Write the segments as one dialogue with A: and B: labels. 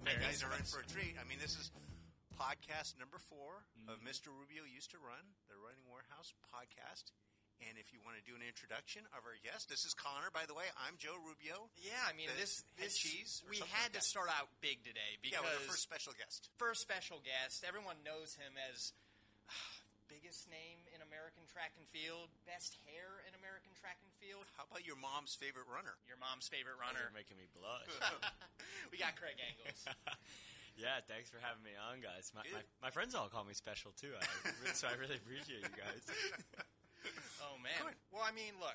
A: guys are in for a treat. I mean, this is podcast number 4
B: Mm-hmm.
A: of Mr. Rubio Used to Run, the Running Warehouse podcast. And if you want to do an introduction of our guest, this is Connor, by the way. I'm Joe Rubio.
B: Yeah, I mean
A: The
B: this
A: head
B: this
A: cheese or
B: we
A: something
B: had
A: like
B: to
A: that.
B: start out big today because
A: Yeah, we're the first special guest.
B: first special guest. Everyone knows him as biggest name in American track and field, best hair in American track and field.
A: How about your mom's favorite runner?
B: Your mom's favorite
C: You're
B: runner.
C: making me blush.
B: We got Craig Angles.
C: yeah, thanks for having me on, guys. My, my,
A: Good.
C: my friends all call me special too, I, so I really appreciate you guys.
B: oh man.
A: Good.
B: Well, I mean, look,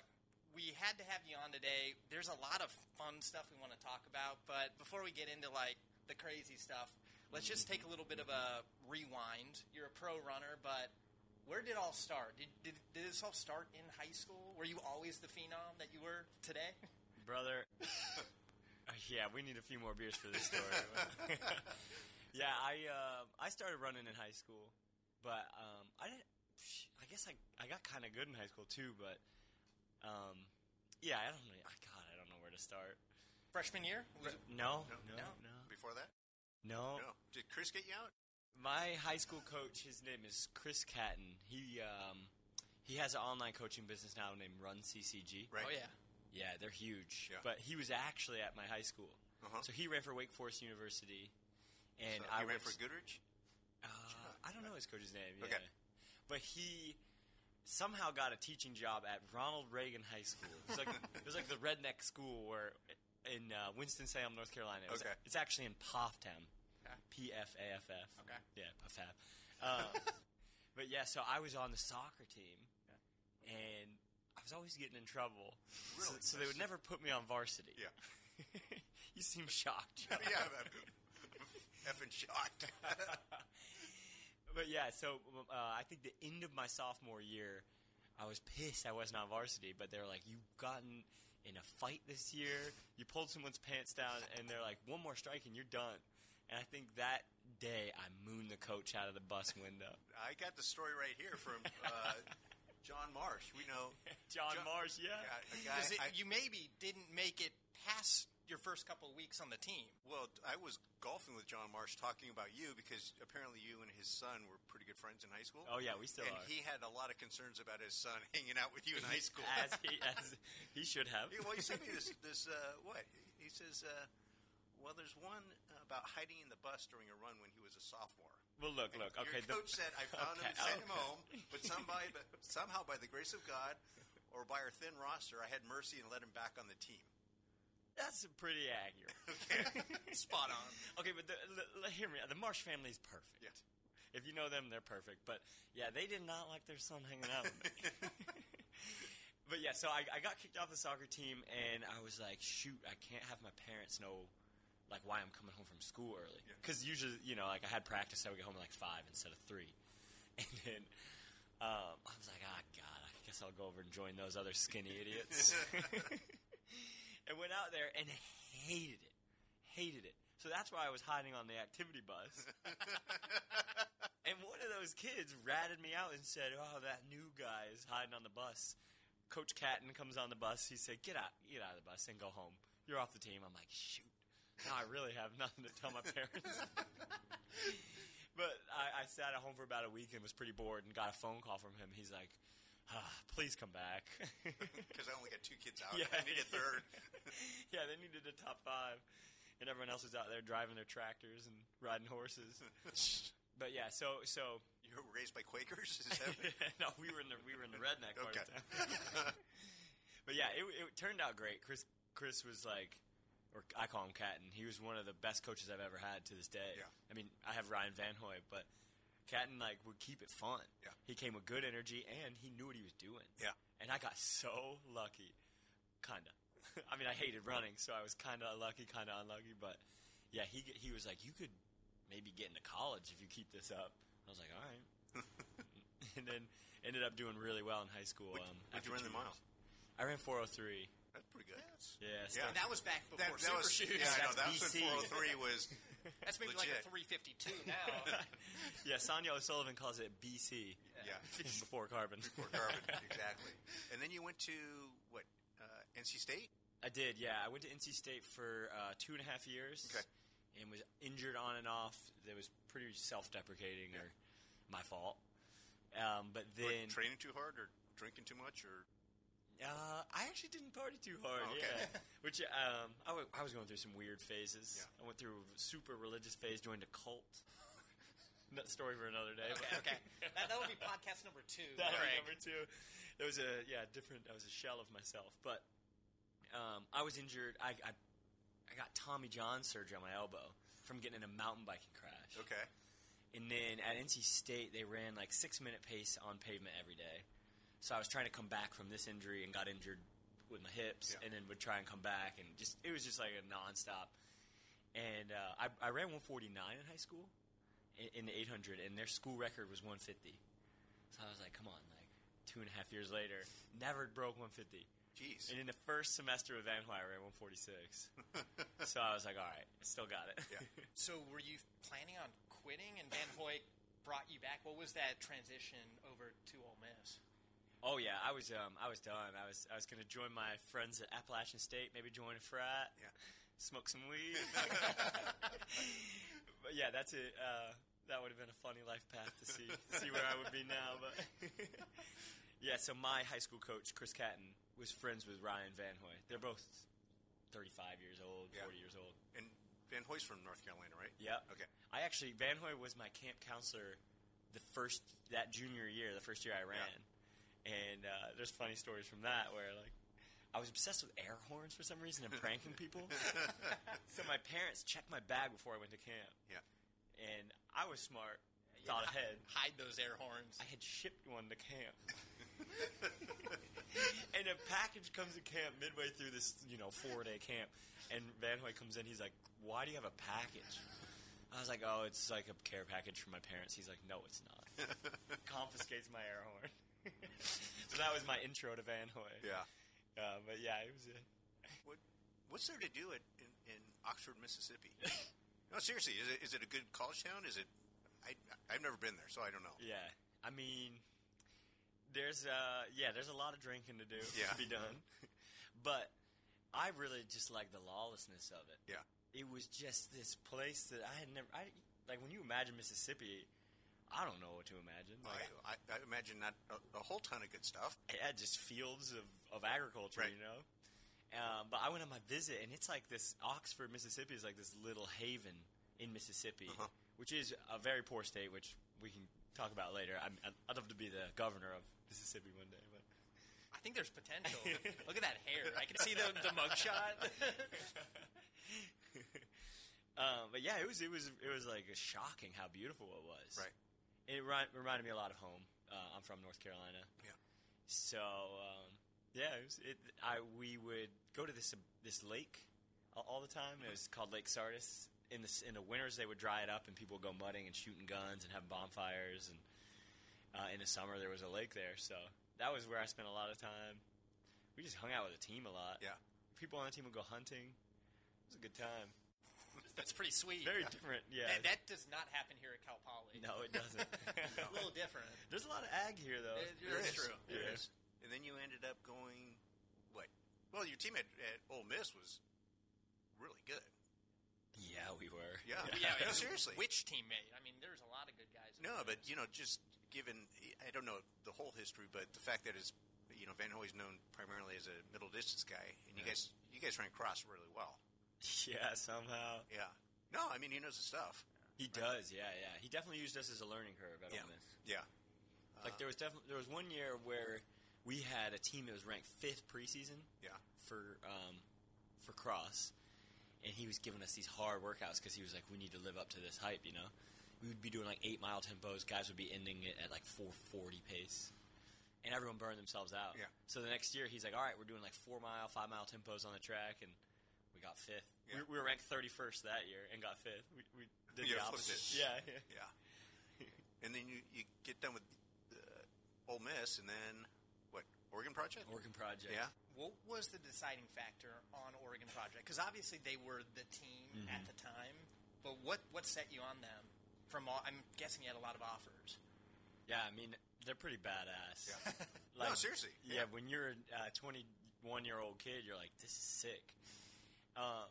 B: we had to have you on today. There's a lot of fun stuff we want to talk about, but before we get into like the crazy stuff, let's just take a little bit of a rewind. You're a pro runner, but where did it all start? Did, did, did this all start in high school? Were you always the phenom that you were today?
C: brother. Uh, yeah, we need a few more beers for this story. yeah, I uh, I started running in high school, but um, I didn't. psh, I guess I I got kind of good in high school too, but um, yeah, I don't know. God, I don't know where to start.
B: Freshman year? Was it-
C: No,
A: No.
C: no,
B: No.
C: no, no.
A: Before that?
B: Oh.
A: No. Did Chris get you out?
C: My high school coach, his name is Chris Catton. He um, he has an online coaching business now named Run CCG.
A: Right.
B: Oh, yeah.
C: Yeah, they're huge.
A: Yeah.
C: But he was actually at my high school.
A: Uh-huh.
C: So he ran for Wake Forest University. And
A: So
C: I
A: you ran
C: went-
A: for Goodrich?
C: Uh, I don't know his coach's name. Yeah.
A: Okay.
C: But he somehow got a teaching job at Ronald Reagan High School. It was like, it was like the redneck school where in uh, Winston-Salem, North Carolina. It was-
A: Okay.
C: It's actually in Pofftown.
B: Okay.
C: P F A F F.
B: Okay.
C: Yeah, Puffab. Uh, but yeah, so I was on the soccer team, and I was always getting in trouble. So,
A: Really?
C: so they would never put me on varsity.
A: Yeah.
C: you seem shocked. Joe.
A: yeah, I'm effing shocked.
C: But yeah, so uh, I think the end of my sophomore year, I was pissed I wasn't on varsity. But they were like, "You've gotten in a fight this year. You pulled someone's pants down, and they're like, one more strike and you're done." And I think that day I mooned the coach out of the bus window.
A: I got the story right here from uh, John Marsh. We know
C: John Marsh, yeah.
A: yeah a guy-
B: 'Cause it-
A: I-
B: you maybe didn't make it past your first couple of weeks on the team.
A: well, I was golfing with John Marsh talking about you because apparently you and his son were pretty good friends in high school.
C: Oh, yeah, we still
A: and
C: are.
A: he had a lot of concerns about his son hanging out with you in high school.
C: as he as he should have.
A: Yeah, well, he sent me this. This uh, what he says. Uh, well, there's one about hiding in the bus during a run when he was a sophomore.
C: Well, look, look. Okay,
A: Your
C: the-
A: coach said I found him and
C: Okay,
A: sent him
C: okay.
A: home, but somebody, but somehow by the grace of God, or by our thin roster, I had mercy and let him back on the team.
C: That's pretty accurate.
B: Spot on.
C: okay, but the, l- l- hear me. out. The Marsh family is perfect.
A: Yeah.
C: If you know them, they're perfect. But yeah, they did not like their son hanging out with me. but yeah, so I, I got kicked off the soccer team, and I was like, shoot, I can't have my parents know. Like why I'm coming home from school early?
A: Yeah.
C: Because usually, you know, like I had practice, I would get home at like five instead of three, and then um, I was like, ah, God, I guess I'll go over and join those other skinny idiots. and went out there and hated it, hated it. So that's why I was hiding on the activity bus. And one of those kids ratted me out and said, "Oh, that new guy is hiding on the bus." Coach Catton comes on the bus. He said, "Get out, get out of the bus, and go home. You're off the team." I'm like, "Shoot! Now I really have nothing to tell my parents." but I, I sat at home for about a week and was pretty bored and got a phone call from him. He's like, ah, "Please come back."
A: Because I only got two kids out.
C: Yeah.
A: I need a third.
C: yeah, they needed a top five, and everyone else was out there driving their tractors and riding horses. But yeah, so so
A: You were raised by Quakers. Is that
C: no, we were in the we were in the redneck part
A: Okay.
C: of town. but yeah, it, it turned out great. Chris Chris was like, or I call him Catton. He was one of the best coaches I've ever had to this day.
A: Yeah.
C: I mean, I have Ryan Van Hoy, but Catton like would keep it fun.
A: Yeah.
C: He came with good energy and he knew what he was doing.
A: Yeah.
C: And I got so lucky, kinda. I mean, I hated running, so I was kinda lucky, kinda unlucky. But yeah, he he was like, you could maybe get into college if you keep this up. I was like, all right and then ended up doing really well in high school.
A: Would-
C: um,
A: would you
C: after
A: run the
C: two
A: mile?
C: years. I ran 403.
A: that's pretty good.
C: Yeah, so-
A: yeah.
B: And that was back before
A: That- that
B: Super
A: was-
B: Shoes.
A: Yeah, I know.
C: That's
A: That was when 403
C: BC.
A: was.
B: That's maybe like a
A: Legit.
B: 352 now.
C: Yeah, Sonia O'Sullivan calls it BC
A: Yeah.
C: before carbon.
A: Or Garvin, exactly. And then you went to what? Uh, NC State.
C: I did. Yeah, I went to NC State for uh, two and a half years.
A: Okay.
C: and was injured on and off. That was pretty self-deprecating or my fault. Um, but
A: Or
C: then
A: training too hard or drinking too much or
C: uh, I actually didn't party too hard.
A: Oh, okay.
C: Yeah, which um, I, w- I was going through some weird phases.
A: Yeah.
C: I went through a super religious phase, joined a cult. That story for another day. but-
B: Okay, okay. that, that would be podcast number two.
C: that would be
B: Craig.
C: number two. There was a yeah different. I was a shell of myself, but um, I was injured. I, I I got Tommy John surgery on my elbow from getting in a mountain biking crash.
A: okay.
C: And then at NC State, they ran like six minute pace on pavement every day. So I was trying to come back from this injury and got injured with my hips,
A: Yeah.
C: and then would try and come back, and just it was just like a nonstop. And uh, I, I ran 149 in high school in, in the 800, and their school record was 150. So I was like, come on, like two and a half years later, never broke 150.
A: Jeez.
C: And in the first semester of Vanhoi, I ran 146. so I was like, all right, I still got it.
A: Yeah.
B: So were you planning on quitting and Van Hoyt brought you back? What was that transition over to Ole Miss?
C: Oh yeah, I was um I was done. I was I was gonna join my friends at Appalachian State, maybe join a frat,
A: Yeah.
C: smoke some weed. but yeah, that's it. Uh, that would have been a funny life path to see see where I would be now. But yeah, so my high school coach Chris Catton was friends with Ryan Van Hoy. They're both thirty five years old,
A: Yeah.
C: forty years old.
A: And Van Hoy's from North Carolina, right?
C: Yep.
A: Okay.
C: I actually Van Hoy was my camp counselor the first that junior year, the first year I ran, and uh, there's funny stories from that where like I was obsessed with air horns for some reason and pranking people. so my parents checked my bag before I went to camp,
A: Yeah.
C: and I was smart, thought ahead.
B: Hide those air horns.
C: I had shipped one to camp. and a package comes to camp midway through this, you know, four day camp. And Van Hoy comes in. He's like, Why do you have a package? I was like, Oh, it's like a care package from my parents. He's like, No, it's not. Confiscates my air horn. so that was my intro to Van Hoy.
A: Yeah.
C: Uh, but yeah, it was. A,
A: What What's there to do at, in, in Oxford, Mississippi? no, seriously, is it, is it a good college town? Is it? I I've never been there, so I don't know.
C: Yeah, I mean, there's uh, yeah, there's a lot of drinking to do
A: Yeah.
C: to be done, but I really just like the lawlessness of it.
A: Yeah.
C: it was just this place that I had never. I like when you imagine Mississippi. I don't know what to imagine. Like,
A: I, I, I imagine not a, a whole ton of good stuff.
C: yeah, just fields of, of agriculture,
A: Right.
C: you know. Um, but I went on my visit, and it's like this Oxford, Mississippi is like this little haven in Mississippi,
A: Uh-huh.
C: which is a very poor state, which we can talk about later. I'm, I'd, I'd love to be the governor of Mississippi one day, but
B: I think there's potential. Look at that hair. I can see the, the mugshot.
C: um, but yeah, it was it was it was like shocking how beautiful it was.
A: Right.
C: It ri- reminded me a lot of home. Uh, I'm from North Carolina.
A: Yeah.
C: So um, yeah, it was, it, I we would go to this this lake a- all the time. It was called Lake Sardis. In the s- in the winters, they would dry it up, and people would go mudding and shooting guns and have bonfires. And uh, in the summer, there was a lake there, so that was where I spent a lot of time. We just hung out with the team a lot.
A: Yeah.
C: People on the team would go hunting. It was a good time.
B: That's pretty sweet.
C: Very different, yeah.
B: That, that does not happen here at Cal Poly.
C: no, it doesn't.
B: a little different.
C: There's a lot of ag here, though.
B: It- There
A: There
B: is
A: is.
B: true.
A: There
C: Yeah.
A: is. And then you ended up going what? Well, your team at, at Ole Miss was really good.
C: Yeah, we were.
A: Yeah.
B: Yeah,
A: no,
B: and
A: seriously.
B: Which teammate? I mean, there's a lot of good guys. in
A: No,
B: there.
A: but you know, just given I don't know the whole history, but the fact that is you know Van Hoy's known primarily as a middle distance guy, and you
C: Yeah.
A: guys you guys ran cross really well.
C: Yeah, somehow
A: Yeah. No, I mean he knows his stuff.
C: he does. Yeah, yeah. He definitely used us as a learning curve at
A: Yeah.
C: Ole Miss.
A: Yeah.
C: Like
A: Uh,
C: there was definitely there was one year where we had a team that was ranked fifth preseason
A: Yeah.
C: for um, for cross, and he was giving us these hard workouts because he was like, "We need to live up to this hype," you know. We would be doing like eight mile tempos. Guys would be ending it at like four forty pace, and everyone burned themselves out.
A: Yeah.
C: So the next year, he's like, "All right, we're doing like four mile, five mile tempos on the track," and we got fifth.
A: Yeah.
C: We, we were ranked thirty first that year and got fifth. We, we did
A: Yeah,
C: the
A: flipped
C: opposite.
A: it.
C: Yeah, yeah.
A: Yeah. and then you you get done with uh, Ole Miss, and then what? Oregon Project.
C: Oregon project.
A: Yeah.
B: what was the deciding factor on Oregon Project? Because obviously they were the team
C: Mm-hmm.
B: at the time, but what what set you on them? From all, I'm guessing you had a lot of offers.
C: Yeah, I mean they're pretty badass.
A: Yeah. No, seriously,
C: Yeah,
A: yeah.
C: when you're a uh, 21 year old kid, you're like, this is sick. Um,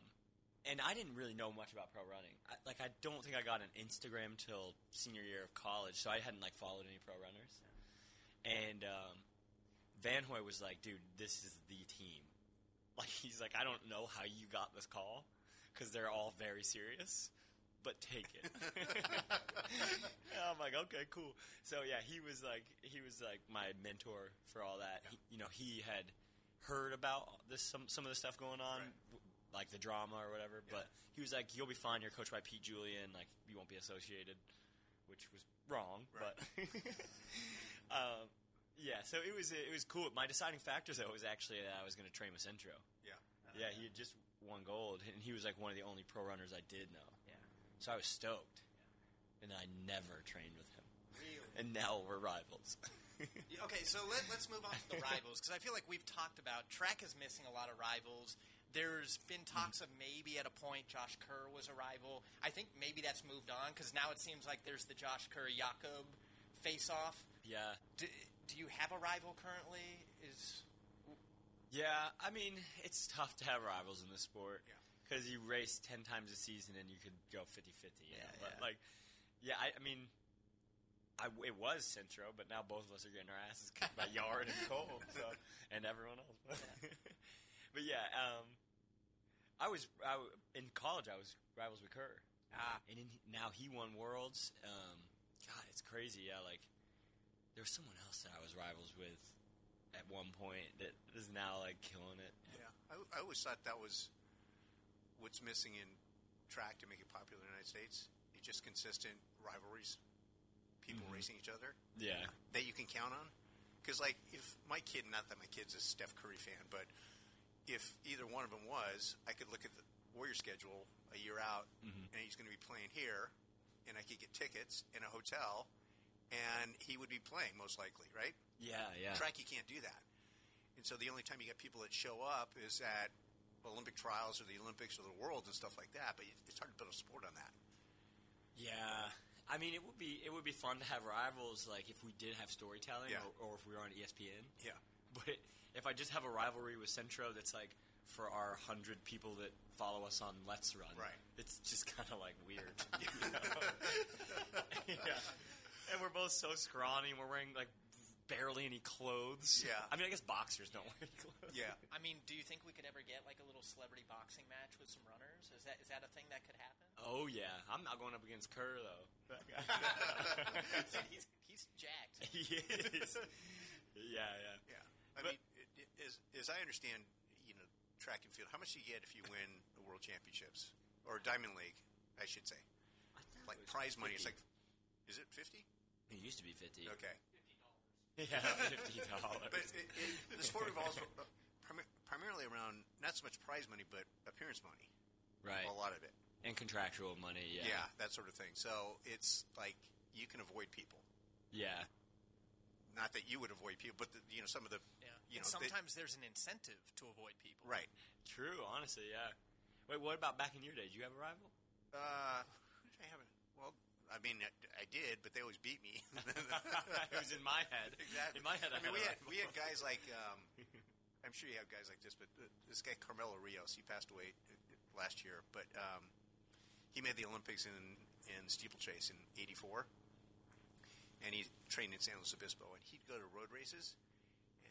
C: and I didn't really know much about pro running. I, like, I don't think I got an Instagram till senior year of college, so I hadn't like followed any pro runners. And um, Van Hoy was like, "Dude, this is the team." Like, he's like, "I don't know how you got this call because they're all very serious." But take it. And I'm like, okay, cool. So yeah, he was like, he was like my mentor for all that. He, you know, he had heard about this some some of the stuff going on,
A: Right.
C: w- like the drama or whatever. But he was like, "You'll be fine. You're coached by Pete Julian. Like you won't be associated," which was wrong.
A: Right.
C: But um, yeah, so it was it was cool. My deciding factor though was actually that I was going to train with Centro.
A: Yeah.
C: yeah, he had just won gold, and he was like one of the only pro runners I did know.
D: Yeah.
C: So I was stoked, and I never trained with him.
B: Really?
C: And now we're rivals.
B: Yeah, Okay, so let, let's move on to the rivals because I feel like we've talked about track is missing a lot of rivals. There's been talks
C: Mm-hmm.
B: of maybe at a point Josh Kerr was a rival. I think maybe that's moved on because now it seems like there's the Josh Kerr Jakob face off.
C: yeah.
B: Do, do you have a rival currently? Is
C: Yeah, I mean, it's tough to have rivals in this sport.
A: Yeah.
C: Because you race 10 times a season and you could go 50 50.
B: Yeah,
C: But,
B: yeah.
C: like, yeah, I, I mean, I, it was Centro, but now both of us are getting our asses kicked by Yard and Cole so, and everyone else. but, yeah, um, I was I, w- in college, I was rivals with Kerr.
B: Ah.
C: And in, now he won Worlds. Um, God, it's crazy. Yeah, like, there was someone else that I was rivals with at one point that is now, like, killing it.
A: Yeah, I, I always thought that was what's missing in track to make it popular in the United States. It's just consistent rivalries, people racing each other
C: Yeah.
A: that you can count on. Because like, if my kid, not that my kid's a Steph Curry fan, but if either one of them was, I could look at the Warrior schedule a year out, and he's going to be playing here, and I could get tickets in a hotel, and he would be playing most likely, right?
C: Yeah, yeah.
A: track you can't do that and so the only time you get people that show up is at olympic trials or the olympics or the worlds and stuff like that but it's hard to build a sport on that
C: yeah. I mean, it would be it would be fun to have rivals like if we did have storytelling
A: Yeah.
C: or, or if we were on E ESPN.
A: yeah
C: But if I just have a rivalry with Centro that's like for our 100 people that follow us on Let's Run.
A: Right.
C: It's just kind of like weird. you know? yeah. And we're both so scrawny and we're wearing like barely any clothes.
A: Yeah.
C: I mean, I guess boxers don't wear any clothes.
A: yeah
B: I mean, do you think we could ever get like a little celebrity boxing match with some runners? Is that is that a thing that could happen?
C: Oh yeah, I'm not going up against Kerr though.
B: Dude, he's, he's jacked.
C: he is. Yeah, yeah.
A: yeah i
C: But-
A: mean it, it, as, as i understand you know track and field how much do you get if you win the world championships or diamond league i should say like prize money it's like is it 50
C: It used to be fifty.
A: okay
C: Yeah, fifty dollars.
A: but it, it, the sport revolves uh, primi- primarily around not so much prize money but appearance money
C: right,
A: a lot of it
C: and contractual money. Yeah,
A: yeah. that sort of thing. So it's like you can avoid people.
C: yeah,
A: Not that you would avoid people, but the, you know some of the
B: Yeah.
A: you
B: and
A: know they-
B: sometimes there's an incentive to avoid people.
A: right.
C: True. Honestly, yeah. Wait, what about back in your day? Did you have a rival?
A: Uh, I haven't. Well, I mean, I, I did, but they always beat me.
C: it was in my head.
A: exactly.
C: In my head,
A: I
C: I,
A: mean, we
C: had a
A: had
C: rival.
A: we had guys like. Um, I'm sure you have guys like this, but uh, this guy Carmelo Rios, he passed away uh, last year, but um, he made the Olympics in in steeplechase in '84, and he trained in San Luis Obispo, and he'd go to road races.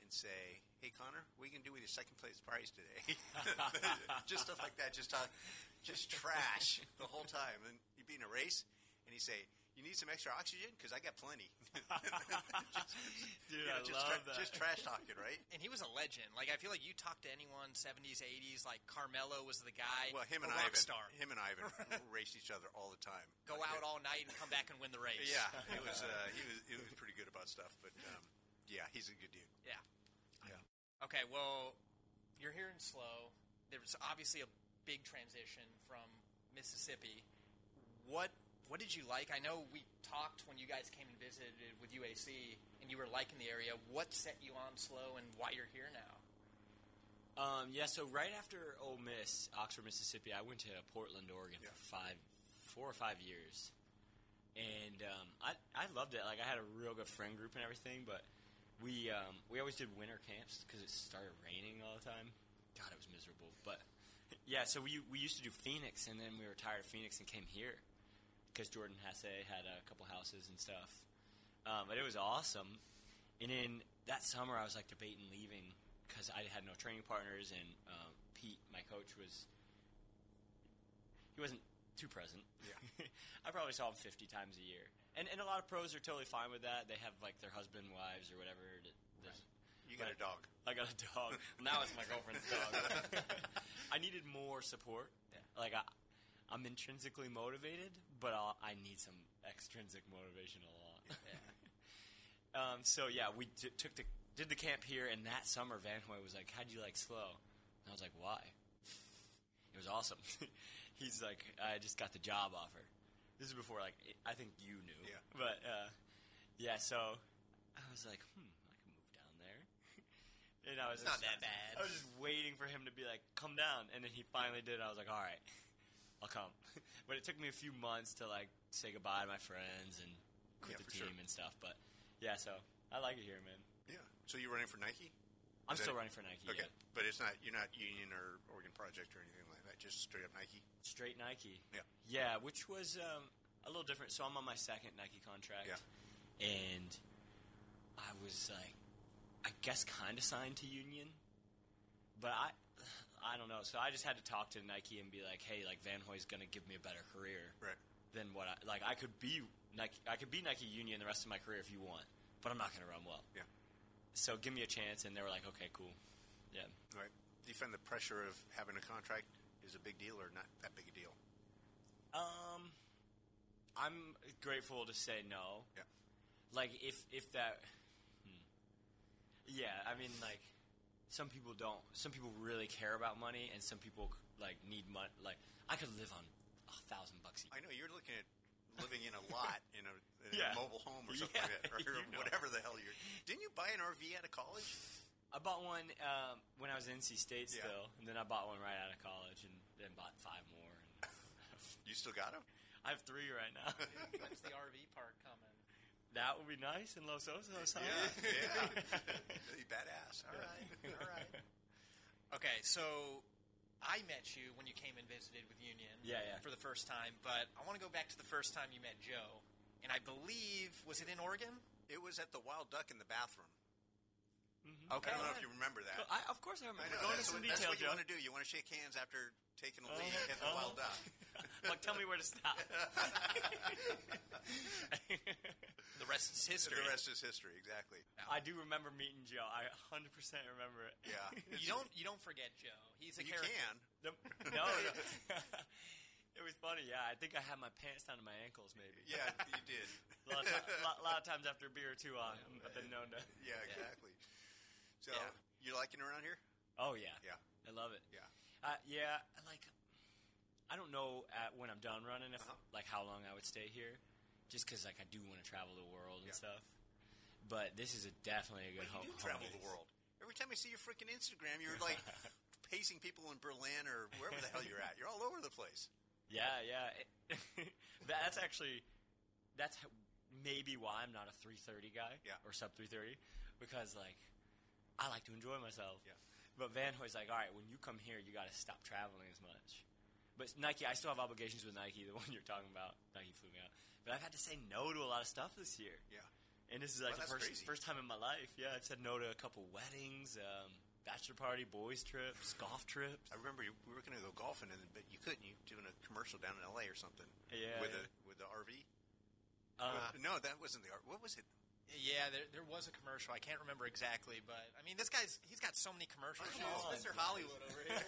A: And say, hey Connor, what you gonna do with your second place prize today? just stuff like that, just talk, just trash the whole time. And you'd be in a race, and he'd say, you need some extra oxygen because I got plenty. You
C: Dude,
A: know,
C: I
A: just
C: love
A: tra-
C: that.
A: Just trash talking, right?
B: and he was a legend. Like I feel like you talk to anyone '70s, '80s, like Carmelo was the guy.
A: Well, him and
B: a
A: Ivan,
B: rock star.
A: him and Ivan raced each other all the time.
B: Go out all night and come back and win the race.
A: Yeah, it was. Uh, he was. He was pretty good about stuff, but um, yeah, he's a good dude.
B: yeah.
A: Yeah.
B: Okay, well, you're here in slow. There's obviously a big transition from Mississippi. What what did you like? I know we talked when you guys came and visited with UAC, and you were liking the area. What set you on slow, and why you're here now?
C: Um, yeah, so right after Ole Miss, Oxford, Mississippi, I went to Portland, Oregon
A: Yeah.
C: for five, four or five years, and um, I I loved it. Like I had a real good friend group and everything, but we um, we always did winter camps because it started raining all the time. God, it was miserable, but yeah, so we we used to do Phoenix, and then we retired Phoenix and came here because Jordan Hesse had a couple houses and stuff. Um, but it was awesome. And then that summer, I was like debating leaving because I had no training partners, and um, Pete, my coach, was he wasn't too present. Yeah, I probably saw him fifty times a year, and and a lot of pros are totally fine with that. They have like their husband, wives, or whatever. that- there's-
A: You got a dog.
C: I got a dog. now it's my girlfriend's dog. I needed more support.
B: Yeah.
C: Like I, I'm intrinsically motivated, but I'll, I need some extrinsic motivation a lot. um, so yeah, we t- took the did the camp here, and that summer Van Hoy was like, "How'd you like slow?" And I was like, "Why?" It was awesome. He's like, "I just got the job offer." This is before like I I think you knew,
A: Yeah.
C: but uh, yeah. So I was like, "Hmm, I can move down there." And I was
B: It's not
C: just-
B: that bad.
C: I was just waiting for him to be like, "Come down," and then he finally did. I was like, "All right, I'll come." but it took me a few months to like say goodbye to my friends and quit
A: Yeah,
C: the
A: for
C: team
A: sure.
C: and stuff. But yeah, so I like it here, man.
A: Yeah. So you're running for Nike?
C: I'm
A: Is
C: still
A: that-
C: running for Nike.
A: Okay.
C: yeah.
A: But it's not you're not Union or Oregon Project or anything like that. Just straight up Nike.
C: straight Nike.
A: Yeah.
C: Yeah, which was um, a little different. So I'm on my second Nike contract. Yeah. And I was like, I guess kind of signed to Union, but I, I don't know. So I just had to talk to Nike and be like, hey, like Van Hoy's going to give me a better career
A: Right.
C: than what I like. I could be Nike. I could be Nike Union the rest of my career if you want, but I'm not going to run well.
A: Yeah.
C: So give me a chance, and they were like, okay, cool. Yeah.
A: Right. Do you find the pressure of having a contract is a big deal or not that big a deal?
C: Um, I'm grateful to say no.
A: Yeah.
C: Like if if that, hmm. yeah. I mean, like some people don't. Some people really care about money, and some people like need money. Like I could live on a thousand bucks a year.
A: I know you're looking at living in a lot in a, in
C: Yeah.
A: a mobile home or something
C: Yeah,
A: like that, or
C: you know.
A: whatever the hell you're. Didn't you buy an RV out of college?
C: I bought one um, when I was in NC State
A: Yeah.
C: still, and then I bought one right out of college, and then bought five more. And
A: You still got them?
C: I have three right now.
B: When's the RV park coming?
C: that would be nice in Los Osos. huh?
A: yeah. Really Badass. All right. All right.
B: Okay, so I met you when you came and visited with Union.
C: Yeah, yeah.
B: For the first time, but I want to go back to the first time you met Joe, and I believe was it in Oregon?
A: It was at the Wild Duck in the bathroom.
B: Okay.
A: I don't know if you remember that.
C: Mm-hmm. But I, of course, I remember.
A: I know.
C: Go into
A: that's,
C: some
A: what, that's
C: detail,
A: what you
C: Joe.
A: want to do. You want to shake hands after taking a
C: Oh,
A: leak at the
C: oh.
A: Wild Duck.
C: like, tell me where to stop.
B: The rest is history.
A: The rest is history. Exactly.
C: I do remember meeting Joe. I 100% remember it.
A: Yeah.
B: You don't you don't forget Joe. He's a
A: You
B: character.
A: can.
C: The- no. it was funny, yeah. I think I had my pants down to my ankles, maybe.
A: Yeah, you did.
C: a lot, of ti- lot, lot of times after a beer or two, I, I've been known to.
A: Yeah, exactly. So
B: Yeah.
A: you liking around here?
C: Oh, yeah.
A: Yeah.
C: I love it.
A: Yeah.
C: Uh, yeah, I like I don't know at, when I'm done running if
A: Uh-huh.
C: like how long I would stay here, just because like I do want to travel the world and
A: Yeah.
C: stuff. But this is a definitely a good
A: But
C: home.
A: you do
C: home
A: travel the
C: base.
A: world. Every time I see your freaking Instagram, you're like pacing people in Berlin or wherever the hell you're at. You're all over the place.
C: Yeah, yeah. It- that's actually that's h- maybe why I'm not a 3:30 guy
A: Yeah.
C: or sub 3:30 because like I like to enjoy myself.
A: Yeah.
C: But Van Hoy's like, all right, when you come here, you got to stop traveling as much. But Nike, I still have obligations with Nike, the one you're talking about. Nike flew me out, but I've had to say no to a lot of stuff this year.
A: Yeah.
C: And this is like
A: Well,
C: the
A: that's
C: first
A: crazy.
C: first time in my life. Yeah, I've said no to a couple weddings, um, bachelor party, boys trips, golf trips.
A: I remember you, we were going to go golfing, and but you couldn't. You were doing a commercial down in L.A. or something.
C: Yeah,
A: With
C: yeah.
A: a with the RV.
C: Uh,
A: no, that wasn't the RV. What was it?
B: Yeah, there, there was a commercial. I can't remember exactly, but I mean, this guy's he's got so many commercials.
A: Oh, come
B: It's
C: on.
B: Mr. Hollywood over here.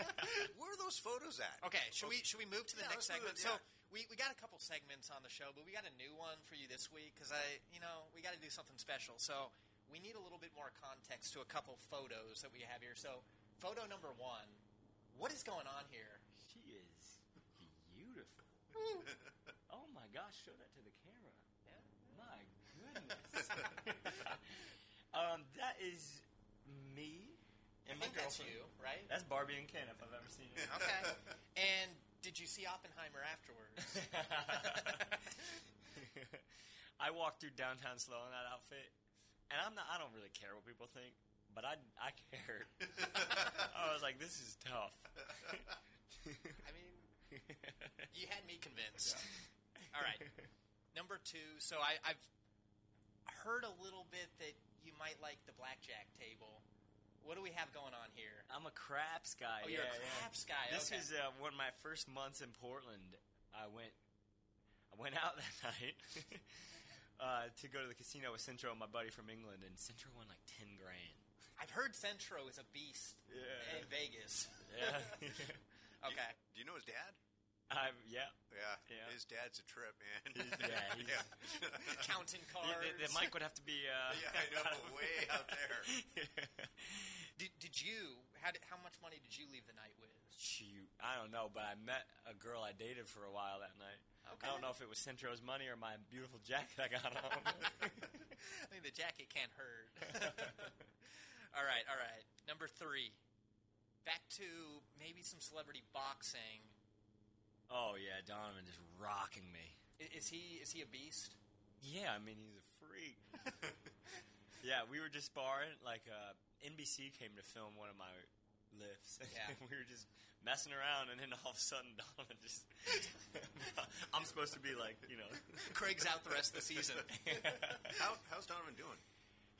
A: Where are those photos at?
B: Okay, should we should we move to the
A: Yeah,
B: next
A: let's move
B: segment?
A: it,
B: So
A: yeah.
B: we, we got a couple segments on the show, but we got a new one for you this week because I you know we got to do something special. So we need a little bit more context to a couple photos that we have here. So photo number one, what is going on here?
C: She is beautiful. oh my gosh, show that to the camera. My goodness. um, that is me and my
B: I think that's
C: girlfriend.
B: you, right?
C: That's Barbie and Ken if I've ever seen it.
B: Okay. and did you see Oppenheimer afterwards?
C: I walked through downtown slow in that outfit, and I'm not. I don't Oh, really care what people think, but I I cared. I was like, this is tough.
B: I mean, you had me convinced. All right. Number two. So I, I've heard a little bit that you might like the blackjack table. What do we have going on here?
C: I'm a craps guy.
B: Oh, you're
C: Uh, yeah,
B: a
C: yeah.
B: craps guy.
C: This
B: okay.
C: was uh, one of my first months in Portland. I went, I went out that night uh, to go to the casino with Centro, my buddy from England, and Centro won like ten grand.
B: I've heard Centro is a beast
C: Yeah.
B: in Vegas.
C: Yeah,
B: okay.
A: Do you know his dad?
C: I'm, yeah.
A: Yeah.
C: Yeah.
A: His dad's a trip, man.
C: yeah, he's-
A: yeah.
B: Counting
C: The,
B: cards.
C: the- the mic would have to be. Uh,
A: Yeah, I know, way out there.
B: Did, did you? How, did, how much money did you leave the night with?
C: Shoot, I don't know, but I met a girl I dated for a while that night. I
B: Okay.
C: don't know if it was Centro's money or my beautiful jacket I got on.
B: I mean, the jacket can't hurt. all right, all right. Number three. Back to maybe some celebrity boxing.
C: oh yeah, Donovan is rocking me.
B: I- Is he is he a beast?
C: Yeah, I mean he's a freak. yeah, we were just sparring. Like uh, NBC came to film one of my lifts, and
B: Yeah.
C: we were just messing around, and then all of a sudden Donovan just. I'm supposed to be like you know.
B: Craig's out the rest of the season.
A: How, how's Donovan doing?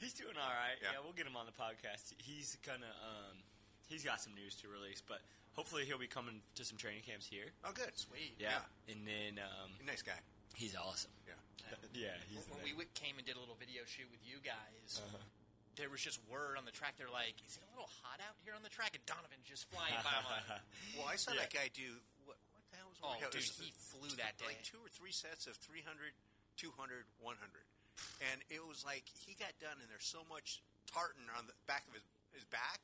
C: He's doing all right.
A: Yeah.
C: Yeah. we'll get him on the podcast. He's gonna. Um, he's got some news to release, but hopefully he'll be coming to some training camps here.
A: Oh, good.
B: Sweet.
C: and then um,
A: Nice guy.
C: he's awesome.
A: Yeah.
C: Yeah, he's.
B: When
C: the-
B: we w- came and did a little video shoot with you guys, there was just word on the track. They're like, "Is it a little hot out here on the track?" And Donovan just flying by. I'm like,
A: Well, I saw
C: Yeah.
A: that guy do what? What the hell was?
B: "Oh,
A: it
B: dude,
A: was
B: he flew that day."
A: like two or three sets of 300, 200, 100. and it was like he got done, and there's so much tartan on the back of his his back.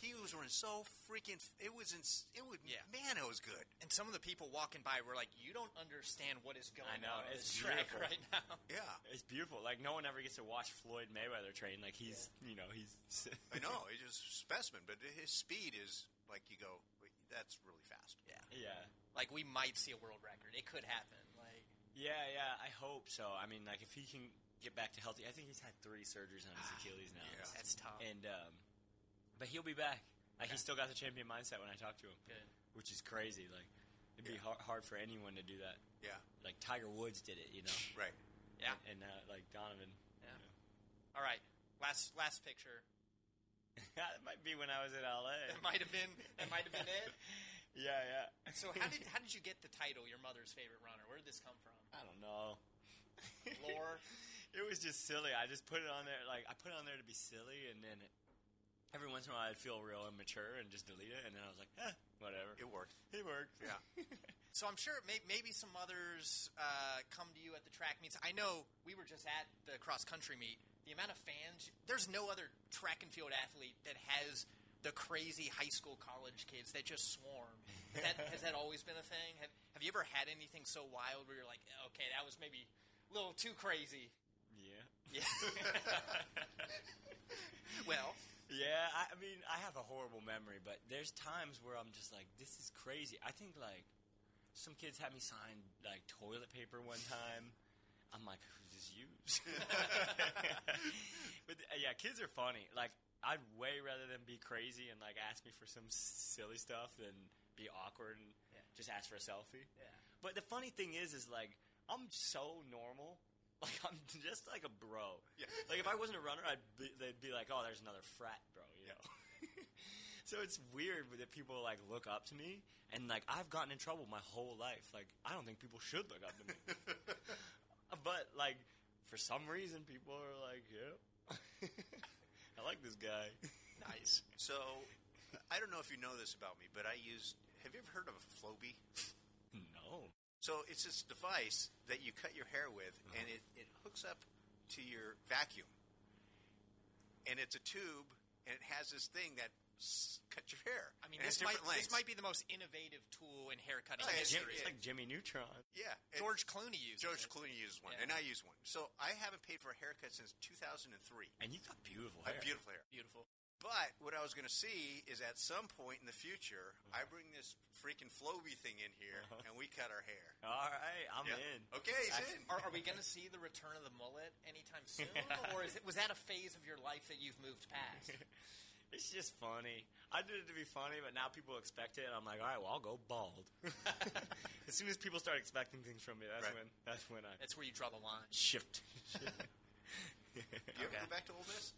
A: he was running so freaking. It was ins- it was
B: Yeah.
A: man, it was good.
B: and some of the people walking by were like, "You don't understand what is going
C: I know,
B: on on
C: it's
B: this track
C: beautiful.
B: right now."
A: Yeah,
C: It's beautiful. Like no one ever gets to watch Floyd Mayweather train. Like he's, you know, he's.
A: I know. He's just a specimen, but his speed is like you go. "Wait, That's really fast.
B: Yeah,
C: yeah,
B: like we might see a world record. It could happen. Like,
C: yeah, yeah. I hope so. I mean, like if he can get back to healthy, I think he's had three surgeries on
B: Ah,
C: his Achilles now.
A: Yeah.
B: that's tough.
C: And um, but he'll be back. Like he's still got the champion mindset when I talk to him,
B: Good.
C: which is crazy. Like it'd be
A: Yeah.
C: hard, hard for anyone to do that.
A: Yeah,
C: Like Tiger Woods did it, you know.
A: right.
B: Yeah.
C: And uh, like Donovan.
B: Yeah. All right. Last last picture.
C: that might be when I was in LA.
B: That might have been. That might have been it.
C: yeah, yeah.
B: So how did how did you get the title? Your mother's favorite runner. Where did this come from?
C: I don't know.
B: Lore.
C: It was just silly. I just put it on there. Like I put it on there to be silly, and then every once in a while I'd feel real immature and just delete it. And then I was like, eh, whatever.
A: It worked.
C: It worked.
A: Yeah.
B: So I'm sure may, maybe some others uh, come to you at the track meets. I know we were just at the cross country meet. The amount of fans. There's no other track and field athlete that has the crazy high school college kids that just swarm. Has that, has that always been a thing? Have Have you ever had anything so wild where you're like, okay, that was maybe a little too crazy?
C: Yeah.
B: Yeah. well,
C: Yeah, I, I mean, I have a horrible memory, but there's times where I'm just like, this is crazy. I think like some kids had me sign like toilet paper one time. I'm like, who's this use? but uh, yeah, kids are funny. Like, I'd way rather them be crazy and like ask me for some silly stuff than be awkward and
B: Yeah.
C: just ask for a selfie.
B: Yeah.
C: But the funny thing is, is like I'm so normal. Like I'm just like a bro.
A: Yeah.
C: Like if I wasn't a runner, I'd be, they'd be like, "Oh, there's another frat bro," you know. so it's weird that people like look up to me, and like I've gotten in trouble my whole life. Like I don't think people should look up to me, but like for some reason, people are like, "Yeah, I like this guy."
A: Nice. So, I don't know if you know this about me, but I use. Have you ever heard of a Flowbee?
C: no.
A: So it's this device that you cut your hair with,
B: Mm-hmm.
A: and it, it hooks up to your vacuum. And it's a tube, and it has this thing that s- cuts your hair.
B: I mean,
A: And it's
B: this might,
A: different
B: this
A: lengths.
B: might be the most innovative tool in hair cutting
A: Oh, yeah,
C: Jim,
B: history.
C: it's like Jimmy Neutron.
A: yeah. it-
B: George Clooney used
A: George
B: it.
A: Clooney uses one,
B: Yeah.
A: and I use one. So I haven't paid for a haircut since 2003.
C: And you got beautiful
A: I
C: hair.
A: have beautiful hair.
B: Beautiful.
A: But what I was going to see is at some point in the future,
B: Mm-hmm.
A: I bring this freaking Flowbee thing in here,
B: Uh-huh.
A: and we cut our hair.
C: All right, I'm
A: Yeah.
C: in.
A: Okay, he's
C: I-
A: in.
B: Are, are we going to see the return of the mullet anytime soon, or is it, was that a phase of your life that you've moved past?
C: It's just funny. I did it to be funny, but now people expect it, and I'm like, all right, well, I'll go bald. as soon as people start expecting things from me, that's
A: Right.
C: when that's when I
B: That's where you draw the line.
C: shift.
A: Do you
B: Okay.
A: ever go back to Ole Miss?